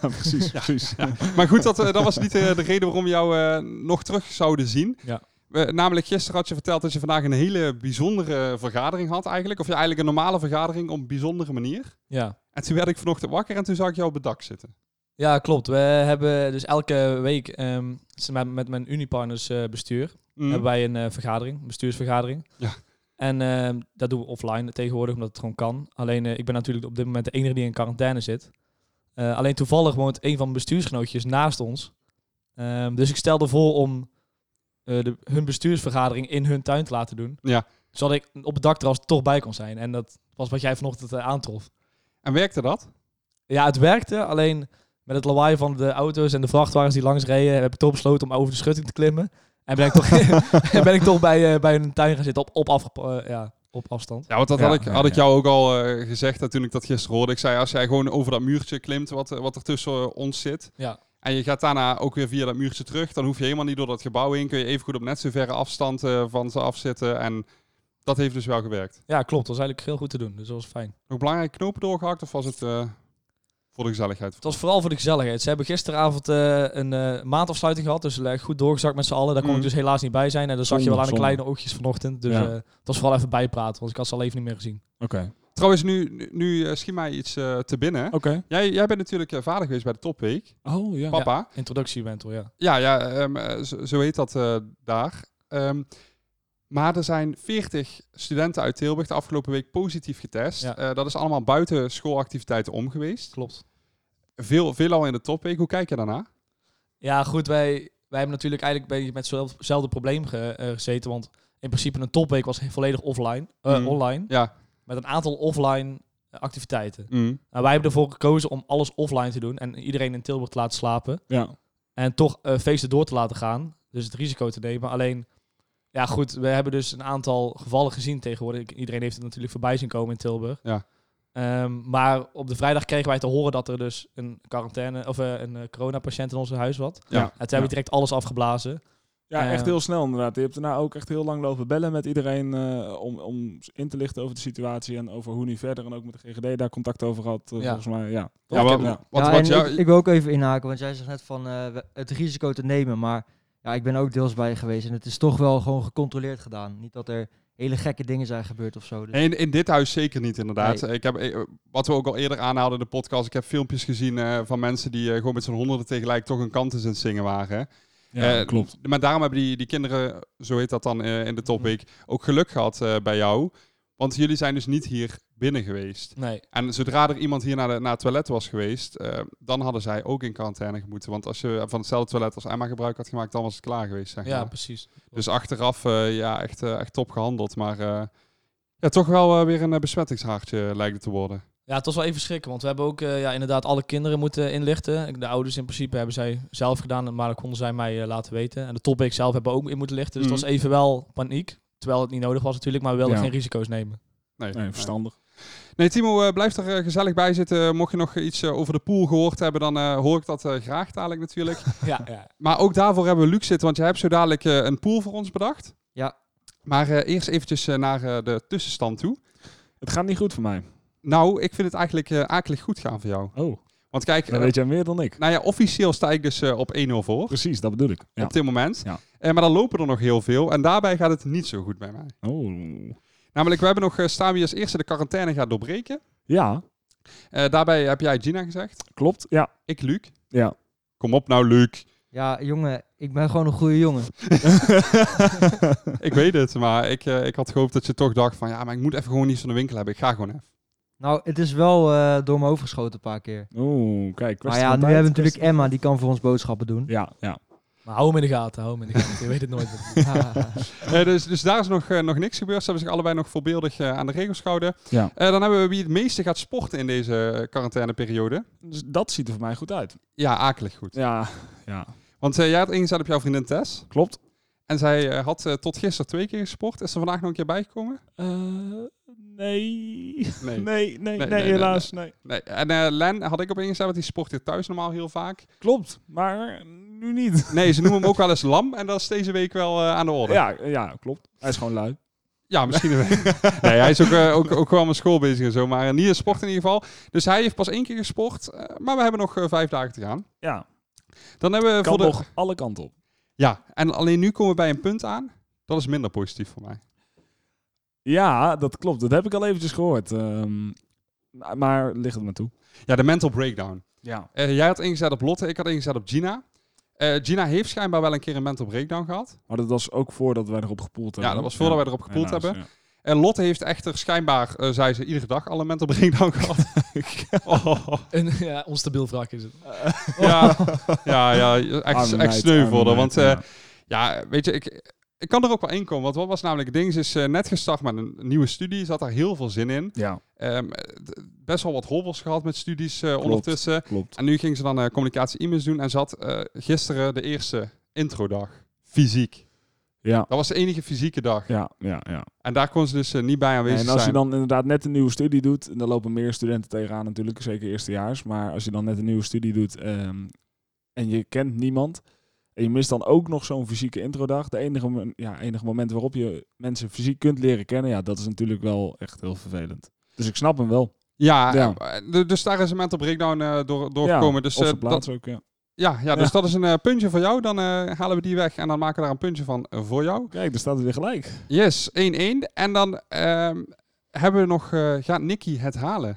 [SPEAKER 6] precies, precies.
[SPEAKER 7] Maar goed, dat, eh, dat was niet eh, de reden waarom we jou eh, nog terug zouden zien.
[SPEAKER 1] Ja.
[SPEAKER 7] We- namelijk gisteren had je verteld dat je vandaag een hele bijzondere vergadering had eigenlijk. Of je eigenlijk een normale vergadering op een bijzondere manier.
[SPEAKER 1] Ja.
[SPEAKER 7] En toen werd ik vanochtend wakker en toen zag ik jou op het dak zitten.
[SPEAKER 1] Ja, klopt. We hebben dus elke week ehm, samen met mijn Unipartners eh, bestuur
[SPEAKER 7] Mm.
[SPEAKER 1] hebben wij een eh, vergadering, een bestuursvergadering.
[SPEAKER 7] Ja.
[SPEAKER 1] En ehm, dat doen we offline tegenwoordig, omdat het gewoon kan. Alleen eh, ik ben natuurlijk op dit moment de enige die in quarantaine zit. Eh, alleen toevallig woont een van mijn bestuursgenootjes naast ons. Ehm, dus ik stelde voor om eh, de, hun bestuursvergadering in hun tuin te laten doen.
[SPEAKER 7] Ja.
[SPEAKER 1] Zodat ik op het dakterras er toch bij kon zijn. En dat was wat jij vanochtend eh, aantrof.
[SPEAKER 7] En werkte dat?
[SPEAKER 1] Ja, het werkte. Alleen met het lawaai van de auto's en de vrachtwagens die langs reden, heb ik toch besloten om over de schutting te klimmen. En ben ik toch, en ben ik toch bij, eh, bij een tuin gaan zitten op, op, afge- eh, ja, op afstand.
[SPEAKER 7] Ja, want dat
[SPEAKER 6] Ja,
[SPEAKER 7] had, ik,
[SPEAKER 6] ja,
[SPEAKER 7] had ik
[SPEAKER 6] ja.
[SPEAKER 7] jou ook al eh, gezegd hè, toen ik dat gisteren hoorde. Ik zei, als jij gewoon over dat muurtje klimt wat, eh, wat er tussen eh, ons zit...
[SPEAKER 1] Ja.
[SPEAKER 7] en je gaat daarna ook weer via dat muurtje terug... dan hoef je helemaal niet door dat gebouw heen. Kun je even goed op net zo verre afstand eh, van ze afzitten. En dat heeft dus wel gewerkt.
[SPEAKER 1] Ja, klopt. Dat was eigenlijk heel goed te doen. Dus dat was fijn.
[SPEAKER 7] Nog belangrijke knopen doorgehakt of was het eh, voor de gezelligheid?
[SPEAKER 1] Het was vooral voor de gezelligheid. Ze hebben gisteravond eh, een eh, maandafsluiting gehad. Dus eh, goed doorgezakt met z'n allen. Daar kon
[SPEAKER 7] Mm.
[SPEAKER 1] ik dus helaas niet bij zijn. En dat zag je wel aan de
[SPEAKER 6] Zonde,
[SPEAKER 1] kleine oogjes vanochtend. Dus
[SPEAKER 6] Ja.
[SPEAKER 1] eh, het was vooral even bijpraten. Want ik had ze al even niet meer gezien.
[SPEAKER 6] Oké.
[SPEAKER 7] Trouwens, nu, nu, nu eh, schiet mij iets eh, te binnen.
[SPEAKER 6] Oké.
[SPEAKER 7] Jij, jij bent natuurlijk eh, vader geweest bij de Topweek.
[SPEAKER 6] Oh, ja.
[SPEAKER 7] Papa.
[SPEAKER 1] Introductie-eventueel, ja.
[SPEAKER 7] Ja, ja ehm, eh, zo, zo heet dat eh, daar. Ehm, maar er zijn 40 studenten uit Tilburg de afgelopen week positief getest.
[SPEAKER 1] Ja.
[SPEAKER 7] Eh, dat is allemaal buiten schoolactiviteiten om geweest.
[SPEAKER 1] Klopt.
[SPEAKER 7] Veel, veelal in de topweek. Hoe kijk je daarna?
[SPEAKER 1] Ja, goed, wij, wij hebben natuurlijk eigenlijk een beetje met hetzelfde- hetzelfde probleem ge- eh, gezeten. Want in principe een topweek was he- volledig offline, eh,
[SPEAKER 7] Mm.
[SPEAKER 1] online.
[SPEAKER 7] Ja.
[SPEAKER 1] Met een aantal offline eh, activiteiten.
[SPEAKER 7] Mm.
[SPEAKER 1] Nou, wij hebben ervoor gekozen om alles offline te doen en iedereen in Tilburg te laten slapen.
[SPEAKER 6] Ja.
[SPEAKER 1] En toch eh, feesten door te laten gaan. Dus het risico te nemen. Alleen, ja goed, we hebben dus een aantal gevallen gezien tegenwoordig. Ik- Iedereen heeft het natuurlijk voorbij zien komen in Tilburg.
[SPEAKER 7] Ja.
[SPEAKER 1] Ehm, maar op de vrijdag kregen wij te horen dat er dus een quarantaine of eh, een eh, coronapatiënt in ons huis was.
[SPEAKER 7] Ja.
[SPEAKER 1] En toen hebben we direct alles afgeblazen.
[SPEAKER 6] Ja, echt
[SPEAKER 1] Eh,
[SPEAKER 6] heel snel inderdaad. Je hebt daarna ook echt heel lang lopen bellen met iedereen eh, om, om in te lichten over de situatie en over hoe nu verder. En ook met de GGD daar contact over had, eh,
[SPEAKER 1] Ja.
[SPEAKER 6] volgens mij. Ja,
[SPEAKER 7] Ja, wat,
[SPEAKER 6] ja.
[SPEAKER 7] wat,
[SPEAKER 8] ja,
[SPEAKER 7] wat
[SPEAKER 8] en
[SPEAKER 7] jou-
[SPEAKER 8] ik, ik wil ook even inhaken, want jij zegt net van eh, we- het risico te nemen. Maar ja, ik ben ook deels bij geweest en het is toch wel gewoon gecontroleerd gedaan. Niet dat er hele gekke dingen zijn gebeurd of zo. Dus
[SPEAKER 7] In, in dit huis zeker niet, inderdaad.
[SPEAKER 8] Nee.
[SPEAKER 7] Ik heb, eh, wat we ook al eerder aanhaalden in de podcast, ik heb filmpjes gezien eh, van mensen die eh, gewoon met z'n honderden tegelijk toch een kant in het zingen waren. Eh,
[SPEAKER 6] klopt.
[SPEAKER 7] Maar daarom hebben die, die kinderen, zo heet dat dan eh, in
[SPEAKER 8] Mhm.
[SPEAKER 7] de topweek, ook geluk gehad eh, bij jou. Want jullie zijn dus niet hier binnen geweest.
[SPEAKER 1] Nee,
[SPEAKER 7] En zodra er iemand hier naar, de, naar het toilet was geweest, eh, dan hadden zij ook in quarantaine moeten. Want als je van hetzelfde toilet als Emma gebruik had gemaakt, dan was het klaar geweest. Zeg
[SPEAKER 1] ja,
[SPEAKER 7] maar.
[SPEAKER 1] precies.
[SPEAKER 7] Dus achteraf, eh, ja, echt, eh, echt top gehandeld. Maar eh, ja, toch wel eh, weer een eh, besmettingshaartje lijkt het te worden.
[SPEAKER 1] Ja, het was wel even schrikken, want we hebben ook eh, ja, inderdaad alle kinderen moeten inlichten. De ouders in principe hebben zij zelf gedaan, maar dat konden zij mij eh, laten weten. En de topweek zelf hebben we ook in moeten lichten. Dus
[SPEAKER 7] Mhm.
[SPEAKER 1] het was even wel paniek, terwijl het niet nodig was natuurlijk, maar we wilden
[SPEAKER 6] Ja.
[SPEAKER 1] geen risico's nemen.
[SPEAKER 7] Nee,
[SPEAKER 6] Nee, verstandig.
[SPEAKER 7] Nee, Timo, eh, blijf er eh, gezellig bij zitten. Mocht je nog iets eh, over de pool gehoord hebben, dan eh, hoor ik dat eh, graag dadelijk natuurlijk.
[SPEAKER 1] ja, ja.
[SPEAKER 7] Maar ook daarvoor hebben we Luc zitten, want jij hebt zo dadelijk eh, een pool voor ons bedacht.
[SPEAKER 8] Ja.
[SPEAKER 7] Maar eh, eerst eventjes eh, naar eh, de tussenstand toe.
[SPEAKER 6] Het gaat niet goed voor mij.
[SPEAKER 7] Nou, ik vind het eigenlijk eh, akelig goed gaan voor jou.
[SPEAKER 6] Oh,
[SPEAKER 7] Want kijk,
[SPEAKER 6] dan
[SPEAKER 7] eh,
[SPEAKER 6] weet jij meer dan ik.
[SPEAKER 7] nou ja, officieel sta ik dus eh, op 1-0 voor.
[SPEAKER 6] Precies, dat bedoel ik. Ja.
[SPEAKER 7] Op dit moment.
[SPEAKER 6] Ja.
[SPEAKER 7] Eh, maar dan lopen er nog heel veel. En daarbij gaat het niet zo goed bij mij.
[SPEAKER 6] Oh.
[SPEAKER 7] Namelijk, we hebben nog eh, staan wie als eerste de quarantaine gaat doorbreken.
[SPEAKER 6] Ja,
[SPEAKER 7] Eh, daarbij heb jij Gina gezegd.
[SPEAKER 6] klopt. Ja,
[SPEAKER 7] Ik Luc.
[SPEAKER 6] ja.
[SPEAKER 7] Kom op nou, Luc.
[SPEAKER 8] ja, jongen, ik ben gewoon een goede jongen.
[SPEAKER 7] ik weet het, maar ik, eh, ik had gehoopt dat je toch dacht van... Ja, maar ik moet even gewoon iets van de winkel hebben. Ik ga gewoon even.
[SPEAKER 8] Nou, het is wel eh, door mijn hoofd geschoten een paar keer.
[SPEAKER 6] Oeh, Oh, kijk.
[SPEAKER 8] Maar
[SPEAKER 6] kwestie
[SPEAKER 8] ja,
[SPEAKER 6] van
[SPEAKER 8] nu
[SPEAKER 6] tijd,
[SPEAKER 8] hebben we natuurlijk
[SPEAKER 6] kwestie van-
[SPEAKER 8] Emma, die kan voor ons boodschappen doen.
[SPEAKER 6] Ja, ja.
[SPEAKER 1] Maar hou hem in de gaten, hou hem in de gaten. Je weet het nooit.
[SPEAKER 7] Eh, dus, dus daar is nog, eh, nog niks gebeurd. Ze hebben zich allebei nog voorbeeldig eh, aan de regels gehouden.
[SPEAKER 6] Ja.
[SPEAKER 7] Eh, dan hebben we wie het meeste gaat sporten in deze eh, quarantaineperiode.
[SPEAKER 6] Dus dat ziet er voor mij goed uit.
[SPEAKER 7] Ja, akelig goed.
[SPEAKER 6] Ja, ja.
[SPEAKER 7] Want eh, jij had ingezet op jouw vriendin Tess.
[SPEAKER 6] Klopt.
[SPEAKER 7] En zij eh, had eh, tot gisteren twee keer gesport. Is er vandaag nog een keer bijgekomen?
[SPEAKER 6] nee.
[SPEAKER 7] Nee.
[SPEAKER 6] Nee, nee, nee,
[SPEAKER 7] nee,
[SPEAKER 6] helaas. Nee.
[SPEAKER 7] nee. En eh, Len had ik op ingezet, want die sport hier thuis normaal heel vaak.
[SPEAKER 6] Klopt, maar nu niet.
[SPEAKER 7] Nee, ze noemen hem ook wel eens Lam. En dat is deze week wel eh, aan de orde.
[SPEAKER 6] Ja, ja, klopt. Hij is gewoon lui.
[SPEAKER 7] Ja, misschien. nee, hij is ook, eh, ook, ook gewoon met school bezig en zo. Maar eh, niet in sport in ieder geval. Dus hij heeft pas één keer gesport. eh, maar we hebben nog eh, vijf dagen te gaan.
[SPEAKER 6] Ja,
[SPEAKER 7] Dan hebben we
[SPEAKER 6] kan
[SPEAKER 7] voor de...
[SPEAKER 6] toch alle kanten op.
[SPEAKER 7] Ja, en alleen nu komen we bij een punt aan. Dat is minder positief voor mij.
[SPEAKER 6] Ja, dat klopt. Dat heb ik al eventjes gehoord. Ehm, maar- maar ligt het maar toe.
[SPEAKER 7] Ja, de mental breakdown.
[SPEAKER 6] Ja.
[SPEAKER 7] Eh, jij had ingezet op Lotte, ik had ingezet op Gina. Eh, Gina heeft schijnbaar wel een keer een mental breakdown gehad.
[SPEAKER 6] Maar dat was ook voordat wij erop gepoeld hebben.
[SPEAKER 7] Ja, dat was voordat wij erop gepoeld
[SPEAKER 6] Helaas,
[SPEAKER 7] hebben. En Lotte heeft echter schijnbaar, eh, zei ze, iedere dag al een mental breakdown gehad. oh,
[SPEAKER 1] Een ja, onstabiel wrak is het.
[SPEAKER 7] ja, ja, ja,
[SPEAKER 6] ja.
[SPEAKER 7] echt,
[SPEAKER 6] Arme
[SPEAKER 7] echt
[SPEAKER 6] meid,
[SPEAKER 7] sneu
[SPEAKER 6] arme
[SPEAKER 7] voor haar.
[SPEAKER 6] meid,
[SPEAKER 7] Want eh,
[SPEAKER 6] ja.
[SPEAKER 7] Ja, weet je, ik, ik kan er ook wel in komen. Want wat was namelijk het ding? Ze is eh, net gestart met een nieuwe studie. Ze had daar heel veel zin in.
[SPEAKER 6] ja,
[SPEAKER 7] Ehm, d- best wel wat hobbels gehad met studies eh, ondertussen.
[SPEAKER 6] klopt.
[SPEAKER 7] En nu ging ze dan eh, communicatie-e-mails doen. En ze had eh, gisteren de eerste introdag. Fysiek.
[SPEAKER 6] Ja,
[SPEAKER 7] Dat was de enige fysieke dag.
[SPEAKER 6] ja, ja, ja.
[SPEAKER 7] En daar kon ze dus eh, niet bij aanwezig
[SPEAKER 6] en als je
[SPEAKER 7] zijn.
[SPEAKER 6] dan inderdaad net een nieuwe studie doet, en daar lopen meer studenten tegenaan natuurlijk, zeker eerstejaars. Maar als je dan net een nieuwe studie doet ehm, en je kent niemand, en je mist dan ook nog zo'n fysieke introdag, de enige, mo- ja, enige moment waarop je mensen fysiek kunt leren kennen, ja, dat is natuurlijk wel echt heel vervelend. Dus ik snap hem wel.
[SPEAKER 7] Ja,
[SPEAKER 6] Ja.
[SPEAKER 7] eh, d- dus daar is een mental breakdown eh, door, doorgekomen.
[SPEAKER 6] Ja,
[SPEAKER 7] dus,
[SPEAKER 6] op
[SPEAKER 7] eh,
[SPEAKER 6] zijn
[SPEAKER 7] dat,
[SPEAKER 6] plaats ook, ja.
[SPEAKER 7] ja, ja, dus
[SPEAKER 6] Ja.
[SPEAKER 7] dat is een eh, puntje voor jou. Dan eh, halen we die weg en dan maken we daar een puntje van eh, voor jou.
[SPEAKER 6] Kijk, daar staat het weer gelijk.
[SPEAKER 7] Yes, 1-1. En dan ehm, hebben we nog... eh, gaat Nicky het halen?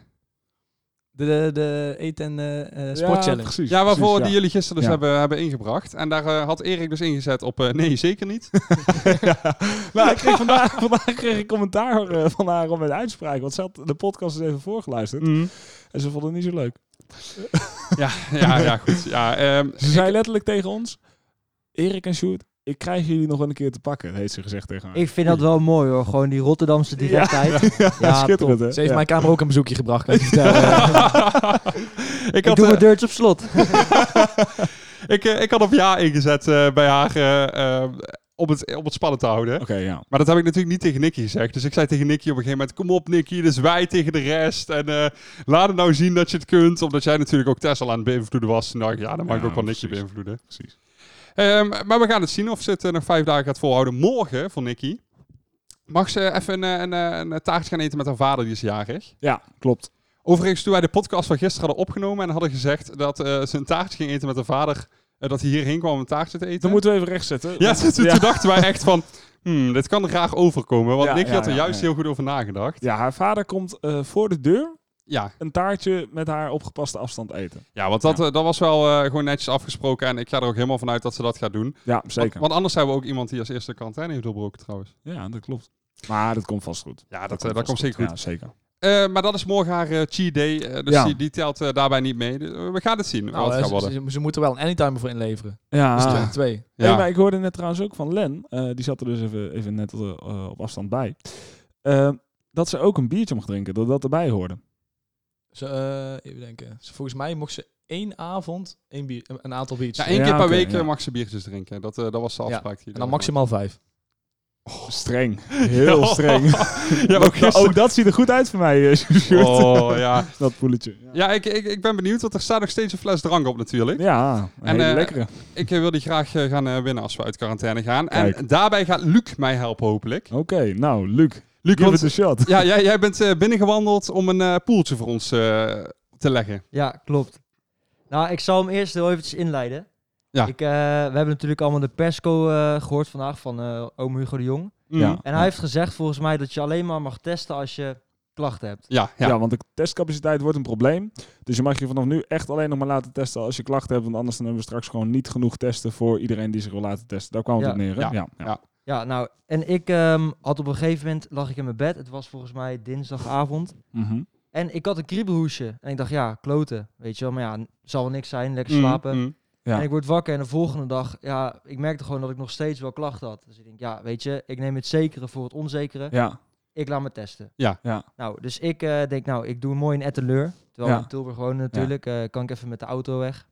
[SPEAKER 1] De, de, de eet- en eh, eh, sport
[SPEAKER 6] Ja,
[SPEAKER 1] challenge.
[SPEAKER 6] precies.
[SPEAKER 7] Ja, waarvoor
[SPEAKER 6] precies,
[SPEAKER 7] die jullie gisteren dus
[SPEAKER 6] Ja.
[SPEAKER 7] hebben, hebben ingebracht. En daar eh, had Erik dus ingezet op eh, nee, zeker niet.
[SPEAKER 6] Nou, ik kreeg vandaag, vandaag kreeg ik commentaar eh, van haar om mijn uitspraak. Want ze had de podcast eens even voorgeluisterd. En ze vond het niet zo leuk.
[SPEAKER 7] ja, ja, ja, goed. Ja, ehm,
[SPEAKER 6] Ze zei letterlijk tegen ons: Erik en Sjoerd, ik krijg jullie nog wel een keer te pakken, heeft ze gezegd tegen haar.
[SPEAKER 8] Ik vind dat wel mooi hoor, gewoon die Rotterdamse directheid. Ja,
[SPEAKER 6] Schitterend, hè?
[SPEAKER 1] Ze heeft
[SPEAKER 6] Ja.
[SPEAKER 1] mijn kamer ook een bezoekje gebracht, kan ik je
[SPEAKER 7] Nou,
[SPEAKER 1] vertellen.
[SPEAKER 7] ik,
[SPEAKER 8] Ik,
[SPEAKER 7] had,
[SPEAKER 8] doe
[SPEAKER 7] eh,
[SPEAKER 8] mijn deurtjes op slot.
[SPEAKER 7] ik, eh, ik had op ja ingezet eh, bij haar eh, eh, om, het, om het spannend te houden.
[SPEAKER 6] Oké, ja.
[SPEAKER 7] Maar dat heb ik natuurlijk niet tegen Nicky gezegd. Dus ik zei tegen Nicky op een gegeven moment: Kom op, Nicky, dit is wij tegen de rest. En eh, laat het nou zien dat je het kunt. Omdat jij natuurlijk ook Tesla aan het beïnvloeden was. Nou ja, dan mag ik
[SPEAKER 6] Ja,
[SPEAKER 7] ook wel Nicky
[SPEAKER 6] precies.
[SPEAKER 7] beïnvloeden.
[SPEAKER 6] Precies.
[SPEAKER 7] Ehm, maar we gaan het zien of ze het eh, nog vijf dagen gaat volhouden. Morgen eh, voor Nicky. Mag ze even een, eh, een, eh, een taart gaan eten met haar vader, die is jarig.
[SPEAKER 6] Ja, klopt.
[SPEAKER 7] Overigens, toen wij de podcast van gisteren hadden opgenomen en hadden gezegd dat eh, ze een taart ging eten met haar vader, eh, dat hij hierheen kwam om een taartje te eten.
[SPEAKER 6] Dan moeten we even rechtzetten.
[SPEAKER 7] Ja, toen, toen
[SPEAKER 6] ja.
[SPEAKER 7] dachten wij echt van, hmm, dit kan graag overkomen. Want
[SPEAKER 6] Ja,
[SPEAKER 7] Nicky
[SPEAKER 6] ja,
[SPEAKER 7] had er
[SPEAKER 6] ja,
[SPEAKER 7] juist
[SPEAKER 6] ja.
[SPEAKER 7] heel goed over nagedacht.
[SPEAKER 6] Ja, haar vader komt eh, voor de deur
[SPEAKER 7] Ja,
[SPEAKER 6] een taartje met haar opgepaste afstand eten.
[SPEAKER 7] ja want dat, eh, dat was wel eh, gewoon netjes afgesproken. En ik ga er ook helemaal vanuit dat ze dat gaat doen.
[SPEAKER 6] Ja,
[SPEAKER 7] Want-
[SPEAKER 6] zeker.
[SPEAKER 7] Want anders zijn we ook iemand die als eerste de quarantaine heeft doorbroken trouwens.
[SPEAKER 6] Ja, dat klopt. Maar dat komt vast goed.
[SPEAKER 7] Ja, dat, eh, dat
[SPEAKER 6] vast
[SPEAKER 7] komt zeker goed.
[SPEAKER 6] Ja, zeker.
[SPEAKER 7] Eh, maar dat is morgen haar eh, cheat day. eh, dus
[SPEAKER 6] Ja.
[SPEAKER 7] die, die telt eh, daarbij niet mee. Dus, eh, we gaan het zien
[SPEAKER 1] Nou,
[SPEAKER 7] wat het
[SPEAKER 1] eh,
[SPEAKER 7] gaat
[SPEAKER 1] ze,
[SPEAKER 7] worden.
[SPEAKER 1] ze, ze moeten wel een anytimer voor inleveren.
[SPEAKER 6] Ja.
[SPEAKER 1] Dus twee- twee.
[SPEAKER 7] Ja.
[SPEAKER 6] Hey, maar ik hoorde net trouwens ook van Len, eh, die zat er dus even, even net eh, op afstand bij, eh, dat ze ook een biertje mag drinken, dat dat erbij hoorde.
[SPEAKER 1] Ze, eh, even denken. Ze- Volgens mij mocht ze één avond één bier, een- een aantal biertjes.
[SPEAKER 7] Ja, één
[SPEAKER 6] Ja,
[SPEAKER 7] keer per
[SPEAKER 6] oké,
[SPEAKER 7] week eh,
[SPEAKER 6] ja.
[SPEAKER 7] mag ze biertjes drinken. Dat, eh, dat was de
[SPEAKER 1] Ja.
[SPEAKER 7] afspraak. die
[SPEAKER 1] en dan
[SPEAKER 7] er-
[SPEAKER 1] maximaal vijf.
[SPEAKER 6] Streng. Heel streng.
[SPEAKER 7] ja, ook
[SPEAKER 6] Nou,
[SPEAKER 7] gisteren.
[SPEAKER 6] ook dat ziet er goed uit voor mij, eh, Sjoerd.
[SPEAKER 7] Oh, ja.
[SPEAKER 6] Dat poeletje. Ja,
[SPEAKER 7] Ja, ik, ik, ik ben benieuwd, want er staat nog steeds een fles drank op natuurlijk.
[SPEAKER 6] een
[SPEAKER 7] En,
[SPEAKER 6] hele
[SPEAKER 7] eh,
[SPEAKER 6] lekkere.
[SPEAKER 7] Ik eh, wil die graag eh, gaan eh, winnen als we uit quarantaine gaan. En
[SPEAKER 6] Kijk.
[SPEAKER 7] daarbij gaat Luc mij helpen, hopelijk.
[SPEAKER 6] Oké, nou, Luc.
[SPEAKER 7] Luc,
[SPEAKER 6] Give it
[SPEAKER 7] want,
[SPEAKER 6] a shot.
[SPEAKER 7] ja, jij, jij bent eh, binnengewandeld om een eh, poeltje voor ons eh, te leggen.
[SPEAKER 8] Ja, klopt. Nou, ik zal hem eerst heel eventjes inleiden.
[SPEAKER 7] Ja.
[SPEAKER 8] Ik, eh, we hebben natuurlijk allemaal de persco eh, gehoord vandaag van eh oom Hugo de Jong.
[SPEAKER 7] Mm.
[SPEAKER 6] Ja.
[SPEAKER 8] En hij heeft gezegd volgens mij dat je alleen maar mag testen als je klachten hebt.
[SPEAKER 7] Ja, ja.
[SPEAKER 6] Ja. want de testcapaciteit wordt een probleem. Dus je mag je vanaf nu echt alleen nog maar laten testen als je klachten hebt. Want anders dan hebben we straks gewoon niet genoeg testen voor iedereen die zich wil laten testen. Daar kwam het
[SPEAKER 8] Ja.
[SPEAKER 6] op neer, hè?
[SPEAKER 7] Ja.
[SPEAKER 6] ja.
[SPEAKER 7] Ja.
[SPEAKER 8] Ja, nou, en ik ehm, had op een gegeven moment, lag ik in mijn bed. Het was volgens mij dinsdagavond.
[SPEAKER 6] Mhm.
[SPEAKER 8] En ik had een kriebelhoesje. En ik dacht, ja, kloten, weet je wel. Maar ja, n- zal wel niks zijn, lekker
[SPEAKER 7] Mm,
[SPEAKER 8] slapen.
[SPEAKER 7] mm.
[SPEAKER 6] Ja.
[SPEAKER 8] En ik word wakker en de volgende dag, ja, ik merkte gewoon dat ik nog steeds wel klachten had. Dus ik denk, ja, weet je, ik neem het zekere voor het onzekere.
[SPEAKER 6] ja.
[SPEAKER 8] Ik laat me testen.
[SPEAKER 7] Ja.
[SPEAKER 6] Ja.
[SPEAKER 8] Nou, dus ik eh, denk, nou, ik doe mooi in Etteleur. Terwijl
[SPEAKER 6] Ja.
[SPEAKER 8] in Tilburg wonen natuurlijk, eh, kan ik even met de auto weg.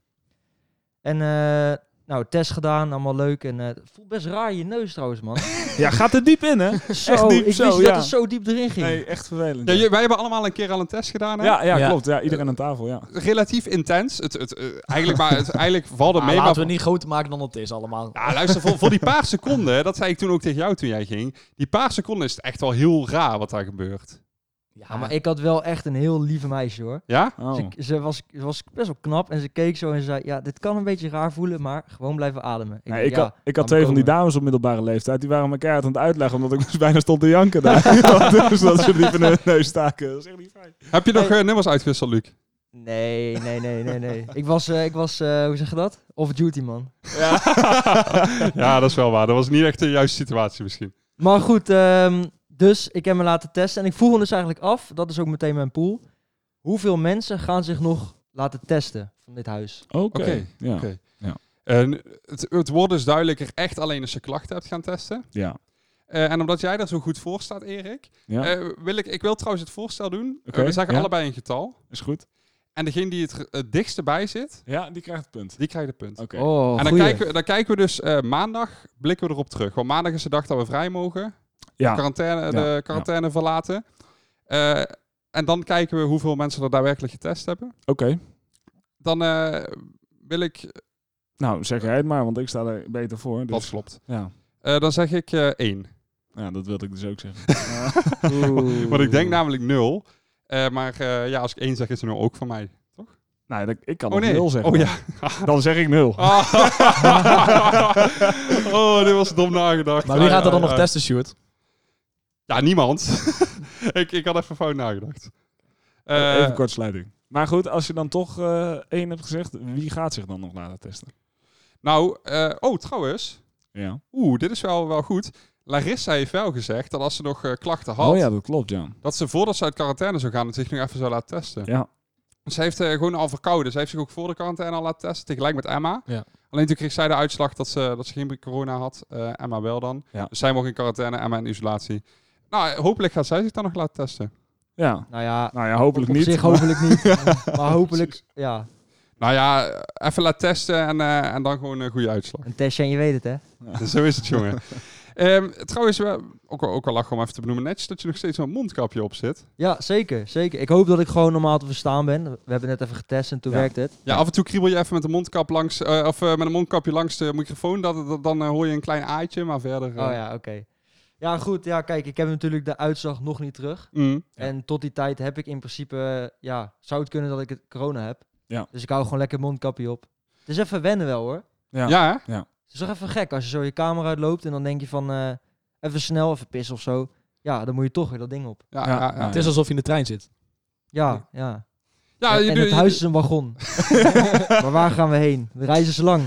[SPEAKER 8] En eh, Nou, test gedaan, allemaal leuk. En eh, het voelt best raar in je neus trouwens, man.
[SPEAKER 6] Ja, gaat er diep in, hè?
[SPEAKER 8] zo,
[SPEAKER 6] diep,
[SPEAKER 8] ik wist
[SPEAKER 6] zo,
[SPEAKER 8] niet
[SPEAKER 6] ja.
[SPEAKER 8] dat het zo diep erin ging.
[SPEAKER 6] Nee, echt vervelend.
[SPEAKER 7] Ja, je- wij hebben allemaal een keer al een test gedaan. Hè?
[SPEAKER 6] ja, ja,
[SPEAKER 1] Ja.
[SPEAKER 6] klopt. Ja, iedereen aan tafel, ja.
[SPEAKER 7] Relatief intens. Het, het, eh, eigenlijk, maar, het, eigenlijk valt het
[SPEAKER 1] Ah,
[SPEAKER 7] mee.
[SPEAKER 1] laten
[SPEAKER 7] maar
[SPEAKER 1] we het niet groter maken dan het is allemaal.
[SPEAKER 7] Ja, luister, voor, voor die paar seconden, dat zei ik toen ook tegen jou toen jij ging. Die paar seconden is het echt wel heel raar wat daar gebeurt.
[SPEAKER 8] Ja, maar ik had wel echt een heel lieve meisje, hoor.
[SPEAKER 7] Ja?
[SPEAKER 6] Oh.
[SPEAKER 8] Ze, ze was, ze was best wel knap en ze keek zo en ze zei, ja, dit kan een beetje raar voelen, maar gewoon blijven ademen. Ik,
[SPEAKER 6] Ja,
[SPEAKER 8] denk,
[SPEAKER 6] ik,
[SPEAKER 8] ja,
[SPEAKER 6] had, ik
[SPEAKER 8] laat
[SPEAKER 6] had
[SPEAKER 8] me
[SPEAKER 6] twee van die
[SPEAKER 8] komen.
[SPEAKER 6] dames op middelbare leeftijd. Die waren elkaar aan het uitleggen omdat ik dus bijna stond te janken daar. dus dat ze diep in hun neus staken. Dat is echt niet fijn.
[SPEAKER 7] Heb je nog
[SPEAKER 8] Hey.
[SPEAKER 7] eh, nummers uitgewisseld, Luc?
[SPEAKER 8] Nee, nee, nee, nee, nee. ik was, eh, ik was eh, hoe zeg je dat? Off-duty, man.
[SPEAKER 7] Ja. ja, dat is wel waar. Dat was niet echt de juiste situatie misschien.
[SPEAKER 8] Maar goed, ehm, dus ik heb me laten testen. En ik vroeg me dus eigenlijk af, dat is ook meteen mijn pool. Hoeveel mensen gaan zich nog laten testen van dit huis?
[SPEAKER 6] Oké.
[SPEAKER 7] Oké.
[SPEAKER 6] Ja.
[SPEAKER 7] Oké.
[SPEAKER 6] Ja.
[SPEAKER 7] En het, het wordt dus duidelijker echt alleen als je klachten hebt gaan testen.
[SPEAKER 6] ja.
[SPEAKER 7] Eh, en omdat jij daar zo goed voor staat, Erik,
[SPEAKER 6] Ja,
[SPEAKER 7] eh, wil ik, ik wil trouwens het voorstel doen. Eh,
[SPEAKER 6] Oké,
[SPEAKER 7] we zeggen
[SPEAKER 6] ja.
[SPEAKER 7] allebei een getal.
[SPEAKER 6] is goed.
[SPEAKER 7] En degene die het ge- het dichtste bij zit,
[SPEAKER 6] Ja, die krijgt het punt.
[SPEAKER 7] die krijgt het punt.
[SPEAKER 6] Oké.
[SPEAKER 8] Oh,
[SPEAKER 7] en dan
[SPEAKER 8] goeie.
[SPEAKER 7] kijken, we, dan kijken we dus eh, maandag, blikken we erop terug. Want maandag is de dag dat we vrij mogen,
[SPEAKER 6] Ja.
[SPEAKER 7] quarantaine, de quarantaine verlaten. Eh, en dan kijken we hoeveel mensen er daadwerkelijk getest hebben.
[SPEAKER 6] Oké.
[SPEAKER 7] Dan eh, wil ik,
[SPEAKER 6] Nou, zeg jij het maar, want ik sta er beter voor.
[SPEAKER 7] dat
[SPEAKER 6] Dus,
[SPEAKER 7] klopt,
[SPEAKER 6] ja.
[SPEAKER 7] Eh, dan zeg ik eh één.
[SPEAKER 6] ja, dat wilde ik dus ook zeggen.
[SPEAKER 8] Oeh.
[SPEAKER 7] Want ik denk namelijk nul. Eh, maar eh, ja, als ik één zeg, is er nul ook van mij.
[SPEAKER 6] nou, dat- ik kan
[SPEAKER 7] oh
[SPEAKER 6] nog
[SPEAKER 7] nee.
[SPEAKER 6] nul zeggen.
[SPEAKER 7] Oh ja.
[SPEAKER 6] Dan zeg ik nul.
[SPEAKER 1] Oh.
[SPEAKER 7] Ah. oh, dit was dom nagedacht.
[SPEAKER 1] Maar wie
[SPEAKER 7] Ah,
[SPEAKER 1] gaat er dan
[SPEAKER 7] ja,
[SPEAKER 1] nog
[SPEAKER 7] ja.
[SPEAKER 1] testen, Stuart?
[SPEAKER 7] Ja, niemand. ik, ik had even fout nagedacht. Eh,
[SPEAKER 6] Even kortsluiting. Maar goed, als je dan toch eh, één hebt gezegd, wie gaat zich dan nog laten testen?
[SPEAKER 7] Nou, eh, oh, trouwens.
[SPEAKER 6] Ja.
[SPEAKER 7] Oeh, dit is wel, wel goed. Larissa heeft wel gezegd dat als ze nog eh, klachten had,
[SPEAKER 6] Oh ja, dat klopt, ja.
[SPEAKER 7] dat ze voordat ze uit quarantaine zou gaan, het zich nog even zou laten testen.
[SPEAKER 6] Ja.
[SPEAKER 7] Ze heeft eh, gewoon al verkouden. Ze heeft zich ook voor de quarantaine al laten testen, tegelijk met Emma.
[SPEAKER 1] Ja.
[SPEAKER 7] Alleen toen kreeg zij de uitslag dat ze, dat ze geen corona had. eh, Emma wel dan.
[SPEAKER 6] Ja.
[SPEAKER 7] Dus zij mocht in quarantaine, Emma in isolatie. Nou, eh, hopelijk gaat zij zich dan nog laten testen.
[SPEAKER 6] Ja.
[SPEAKER 8] Nou ja,
[SPEAKER 6] Nou ja, hopelijk
[SPEAKER 8] op
[SPEAKER 6] niet.
[SPEAKER 8] zich
[SPEAKER 6] maar-
[SPEAKER 8] hopelijk niet. maar hopelijk, ja,
[SPEAKER 7] Nou ja, eh, even laten testen en, eh, en dan gewoon een goede uitslag.
[SPEAKER 8] een testje en je weet het, hè?
[SPEAKER 7] Zo is het, jongen. Ehm, trouwens, we, ook, al- ook al lachen om even te benoemen, netjes dat je nog steeds een mondkapje op zit.
[SPEAKER 8] Ja, zeker, zeker. Ik hoop dat ik gewoon normaal te verstaan ben. We hebben net even getest en toen
[SPEAKER 6] Ja.
[SPEAKER 8] werkte het.
[SPEAKER 7] Ja, af en toe kriebel je even met een, mondkap langs, eh, of, eh, met een mondkapje langs de microfoon. Dat, dat- dan eh, hoor je een klein aaitje, maar verder... eh,
[SPEAKER 8] Oh ja, oké. Ja, goed. Ja, kijk, ik heb natuurlijk de uitslag nog niet terug.
[SPEAKER 7] mm.
[SPEAKER 8] En tot die tijd heb ik in principe, eh, ja, zou het kunnen dat ik het corona heb.
[SPEAKER 6] Ja.
[SPEAKER 8] Dus ik hou gewoon lekker mondkapje op. Het is even wennen wel hoor.
[SPEAKER 7] Ja,
[SPEAKER 6] Ja.
[SPEAKER 7] hè?
[SPEAKER 8] Het is toch even gek als je zo je kamer uitloopt en dan denk je van eh, even snel, even pissen of zo. Ja, dan moet je toch weer dat ding op.
[SPEAKER 6] Ja,
[SPEAKER 7] Ja, ja, ja.
[SPEAKER 6] ja.
[SPEAKER 1] Het is alsof je in de trein zit.
[SPEAKER 8] Ja, ja.
[SPEAKER 7] Ja,
[SPEAKER 8] en
[SPEAKER 7] je
[SPEAKER 8] en
[SPEAKER 7] doet-
[SPEAKER 8] het huis is een wagon. maar waar gaan we heen? De reis is lang.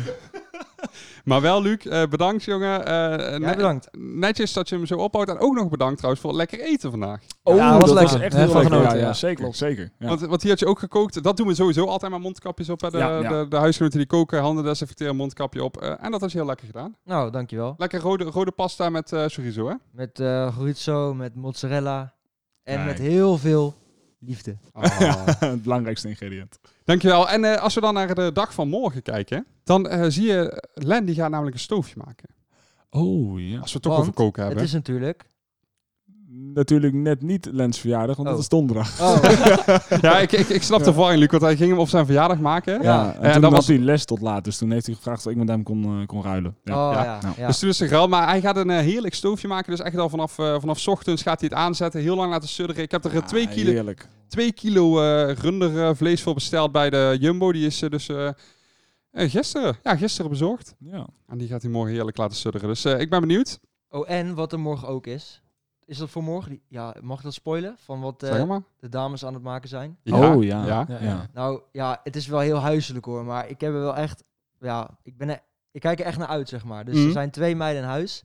[SPEAKER 7] Maar wel, Luc, eh, bedankt, jongen. Eh, net-
[SPEAKER 8] bedankt.
[SPEAKER 7] Netjes dat je hem zo ophoudt. En ook nog bedankt trouwens voor het lekker eten vandaag.
[SPEAKER 1] Oh,
[SPEAKER 6] Ja,
[SPEAKER 1] dat was lekker.
[SPEAKER 6] echt
[SPEAKER 1] Hè,
[SPEAKER 6] heel
[SPEAKER 1] van
[SPEAKER 6] lekker.
[SPEAKER 1] genoten,
[SPEAKER 6] Ja, ja,
[SPEAKER 1] ja.
[SPEAKER 6] zeker.
[SPEAKER 1] Klopt.
[SPEAKER 6] Zeker. Ja.
[SPEAKER 7] Want, want hier had je ook gekookt. Dat doen we sowieso altijd maar mondkapjes op. Hè? De,
[SPEAKER 6] Ja, ja.
[SPEAKER 7] De, de huisgenoten die koken, handen desinfecteren, mondkapje op. Eh, en dat was heel lekker gedaan.
[SPEAKER 8] Nou, dankjewel.
[SPEAKER 7] Lekker rode, rode pasta met eh chorizo, hè?
[SPEAKER 8] Met eh chorizo, met mozzarella en
[SPEAKER 6] Kijk.
[SPEAKER 8] met heel veel liefde.
[SPEAKER 6] het belangrijkste ingrediënt.
[SPEAKER 7] Dankjewel. En eh, als we dan naar de dag van morgen kijken, dan eh, zie je Len die gaat namelijk een stoofje maken.
[SPEAKER 6] Oh ja.
[SPEAKER 7] Als we het toch
[SPEAKER 8] Want
[SPEAKER 7] over koken
[SPEAKER 8] Het
[SPEAKER 7] hebben.
[SPEAKER 8] is natuurlijk...
[SPEAKER 6] Natuurlijk net niet Lens verjaardag, want
[SPEAKER 8] Oh.
[SPEAKER 6] dat is donderdag.
[SPEAKER 8] Oh,
[SPEAKER 7] Ja, ik, ik, ik snap de verwarring, Luc, want hij ging hem op zijn verjaardag maken.
[SPEAKER 8] Ja.
[SPEAKER 6] Ja, en
[SPEAKER 7] Ja,
[SPEAKER 6] toen
[SPEAKER 7] dat
[SPEAKER 6] had
[SPEAKER 7] was-
[SPEAKER 6] hij les tot laat, dus toen heeft hij gevraagd of ik met hem kon, eh, kon ruilen. Ja.
[SPEAKER 8] oh,
[SPEAKER 7] ja.
[SPEAKER 8] ja.
[SPEAKER 6] Nou,
[SPEAKER 8] ja.
[SPEAKER 7] Dus toen is de ruil, maar hij gaat een eh, heerlijk stoofje maken. Dus echt al vanaf, eh, vanaf 's ochtends gaat hij het aanzetten. Heel lang laten sudderen. Ik heb er eh, twee
[SPEAKER 6] Ah,
[SPEAKER 7] kilo,
[SPEAKER 6] Heerlijk.
[SPEAKER 7] twee kilo eh, runder eh, vlees voor besteld bij de Jumbo. Die is eh, dus eh, eh, gisteren, ja, gisteren bezorgd.
[SPEAKER 6] Ja.
[SPEAKER 7] En die gaat hij morgen heerlijk laten sudderen. Dus eh, ik ben benieuwd.
[SPEAKER 8] Oh, en wat er morgen ook is. Is dat voor morgen? Die- Ja, mag ik dat spoilen? Van wat eh,
[SPEAKER 7] zeg maar.
[SPEAKER 8] de dames aan het maken zijn?
[SPEAKER 6] Oh ja.
[SPEAKER 7] ja.
[SPEAKER 1] Ja,
[SPEAKER 6] Ja.
[SPEAKER 8] Nou ja, het is wel heel huiselijk hoor. Maar ik heb er wel echt. Ja, ik, ben er, ik kijk er echt naar uit, zeg maar. Dus
[SPEAKER 7] Mhm.
[SPEAKER 8] er zijn twee meiden in huis.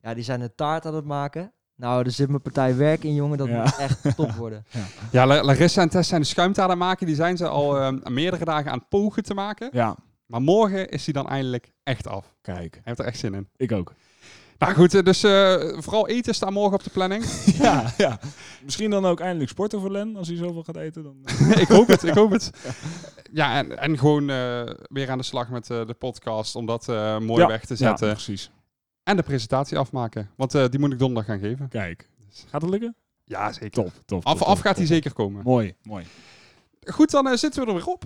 [SPEAKER 8] Ja, die zijn een taart aan het maken. Nou, er zit mijn partij werk in, jongen. Dat
[SPEAKER 6] Ja.
[SPEAKER 8] moet echt top worden.
[SPEAKER 7] Ja, La- Larissa en Tess zijn de schuimtaart aan het maken. Die zijn ze al eh, meerdere dagen aan het pogen te maken.
[SPEAKER 6] Ja,
[SPEAKER 7] Maar morgen is die dan eindelijk echt af. Hij
[SPEAKER 6] kijk.
[SPEAKER 7] heeft er echt zin in.
[SPEAKER 6] Ik ook.
[SPEAKER 7] Nou goed, eh, dus eh, vooral eten staat morgen op de planning.
[SPEAKER 6] ja, ja. Misschien dan eh. ook eindelijk sporten voor Len, als hij zoveel gaat eten. Dan...
[SPEAKER 7] ik hoop het, ik hoop het. ja, en, en gewoon eh, weer aan de slag met eh, de podcast om dat eh, mooi
[SPEAKER 6] Ja,
[SPEAKER 7] weg te
[SPEAKER 6] Ja,
[SPEAKER 7] zetten.
[SPEAKER 6] precies.
[SPEAKER 7] En de presentatie afmaken, want eh, die moet ik donderdag gaan geven.
[SPEAKER 6] Kijk. Gaat het lukken?
[SPEAKER 7] Ja, zeker.
[SPEAKER 6] Top, top. top,
[SPEAKER 7] Af,
[SPEAKER 6] top,
[SPEAKER 7] af gaat
[SPEAKER 6] top.
[SPEAKER 7] die zeker komen.
[SPEAKER 6] Mooi, mooi.
[SPEAKER 7] Goed, dan eh, zitten we er weer op.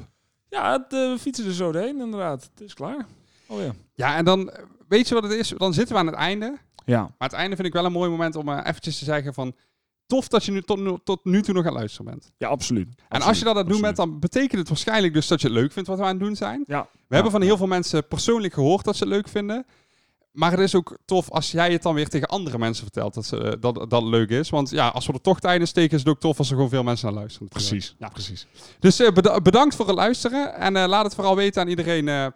[SPEAKER 6] Ja, het, eh, we fietsen er zo doorheen inderdaad. Het is klaar. Oh ja.
[SPEAKER 7] Ja, en dan eh, weet je wat het is? Dan zitten we aan het einde.
[SPEAKER 6] Ja,
[SPEAKER 7] Maar het einde vind ik wel een mooi moment om eh, eventjes te zeggen van... Tof dat je nu tot, nu- tot nu toe nog aan het luisteren bent.
[SPEAKER 6] ja absoluut.
[SPEAKER 7] en als
[SPEAKER 6] Absoluut,
[SPEAKER 7] je dat aan het doen
[SPEAKER 6] absoluut.
[SPEAKER 7] bent, dan betekent het waarschijnlijk dus dat je het leuk vindt wat we aan het doen zijn. We
[SPEAKER 6] Ja.
[SPEAKER 7] hebben van heel veel mensen persoonlijk gehoord dat ze het leuk vinden. Maar het is ook tof als jij het dan weer tegen andere mensen vertelt dat ze, eh, dat, dat het leuk is. Want ja, als we er toch tijdens steken, is het ook tof als er gewoon veel mensen naar luisteren.
[SPEAKER 6] Precies.
[SPEAKER 7] Ja, precies. Dus eh, beda- bedankt voor het luisteren. En eh, laat het vooral weten aan iedereen eh,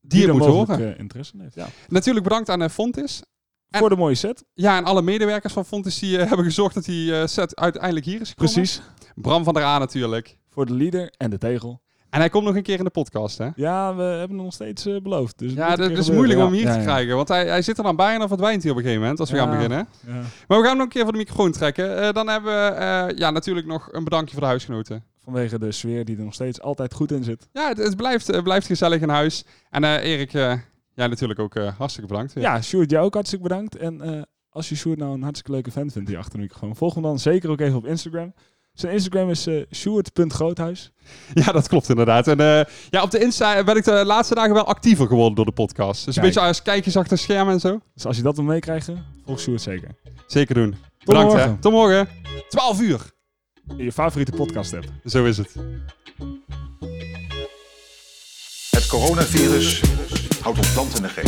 [SPEAKER 7] die,
[SPEAKER 6] er
[SPEAKER 7] het moet
[SPEAKER 6] mogelijk,
[SPEAKER 7] horen.
[SPEAKER 6] eh, interesse in heeft. Ja.
[SPEAKER 7] Natuurlijk bedankt aan eh, Fontis. En-
[SPEAKER 6] Voor de mooie set.
[SPEAKER 7] Ja, en alle medewerkers van Fontis die eh, hebben gezorgd dat die eh, set uiteindelijk hier is gekomen.
[SPEAKER 6] Precies.
[SPEAKER 7] Bram van der Aan natuurlijk.
[SPEAKER 6] Voor de leader en de tegel.
[SPEAKER 7] En hij komt nog een keer in de podcast, hè? Dus
[SPEAKER 6] Ja, we hebben hem nog steeds eh, beloofd. Dus het
[SPEAKER 7] Ja,
[SPEAKER 6] moet een
[SPEAKER 7] dat
[SPEAKER 6] keer
[SPEAKER 7] is
[SPEAKER 6] gebeuren.
[SPEAKER 7] moeilijk om hem
[SPEAKER 6] Ja,
[SPEAKER 7] hier
[SPEAKER 6] ja,
[SPEAKER 7] te
[SPEAKER 6] ja.
[SPEAKER 7] krijgen. Want hij, hij zit er dan bijna en verdwijnt hij op een gegeven moment als we
[SPEAKER 6] Ja.
[SPEAKER 7] gaan beginnen.
[SPEAKER 6] Ja.
[SPEAKER 7] Maar we gaan hem nog een keer voor de microfoon trekken. Eh, dan hebben we eh, ja, natuurlijk nog een bedankje voor de huisgenoten.
[SPEAKER 6] Vanwege de sfeer die er nog steeds altijd goed in zit.
[SPEAKER 7] Ja, het, het blijft, eh, blijft gezellig in huis. En eh, Erik, eh, jij natuurlijk ook eh, hartstikke bedankt. weer.
[SPEAKER 6] Ja, Sjoerd, jou ook hartstikke bedankt. En eh, als je Sjoerd nou een hartstikke leuke fan vindt die achter de microfoon, volg hem dan zeker ook even op Instagram. Zijn Instagram is eh sjoerd.groothuis.
[SPEAKER 7] Ja, dat klopt inderdaad. En eh, ja, op de Insta ben ik de laatste dagen wel actiever geworden door de podcast. Dus
[SPEAKER 6] Kijk.
[SPEAKER 7] een beetje als kijkjes achter schermen en zo.
[SPEAKER 6] Dus als je dat wil meekrijgen, volg Sjoerd zeker.
[SPEAKER 7] Zeker doen. Bedankt hè.
[SPEAKER 6] morgen.
[SPEAKER 7] Tot morgen. 12 uur.
[SPEAKER 6] In je favoriete podcast app.
[SPEAKER 7] Zo is het.
[SPEAKER 2] Het coronavirus houdt ons land in de greep.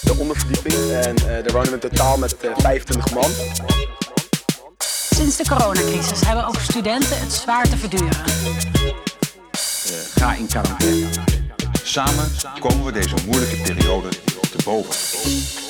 [SPEAKER 3] De onderverdieping en eh daar wonen we in totaal met eh, 25 man.
[SPEAKER 4] Sinds de coronacrisis hebben ook studenten het zwaar te verduren.
[SPEAKER 2] Eh, ga in quarantaine. Samen komen we deze moeilijke periode te boven.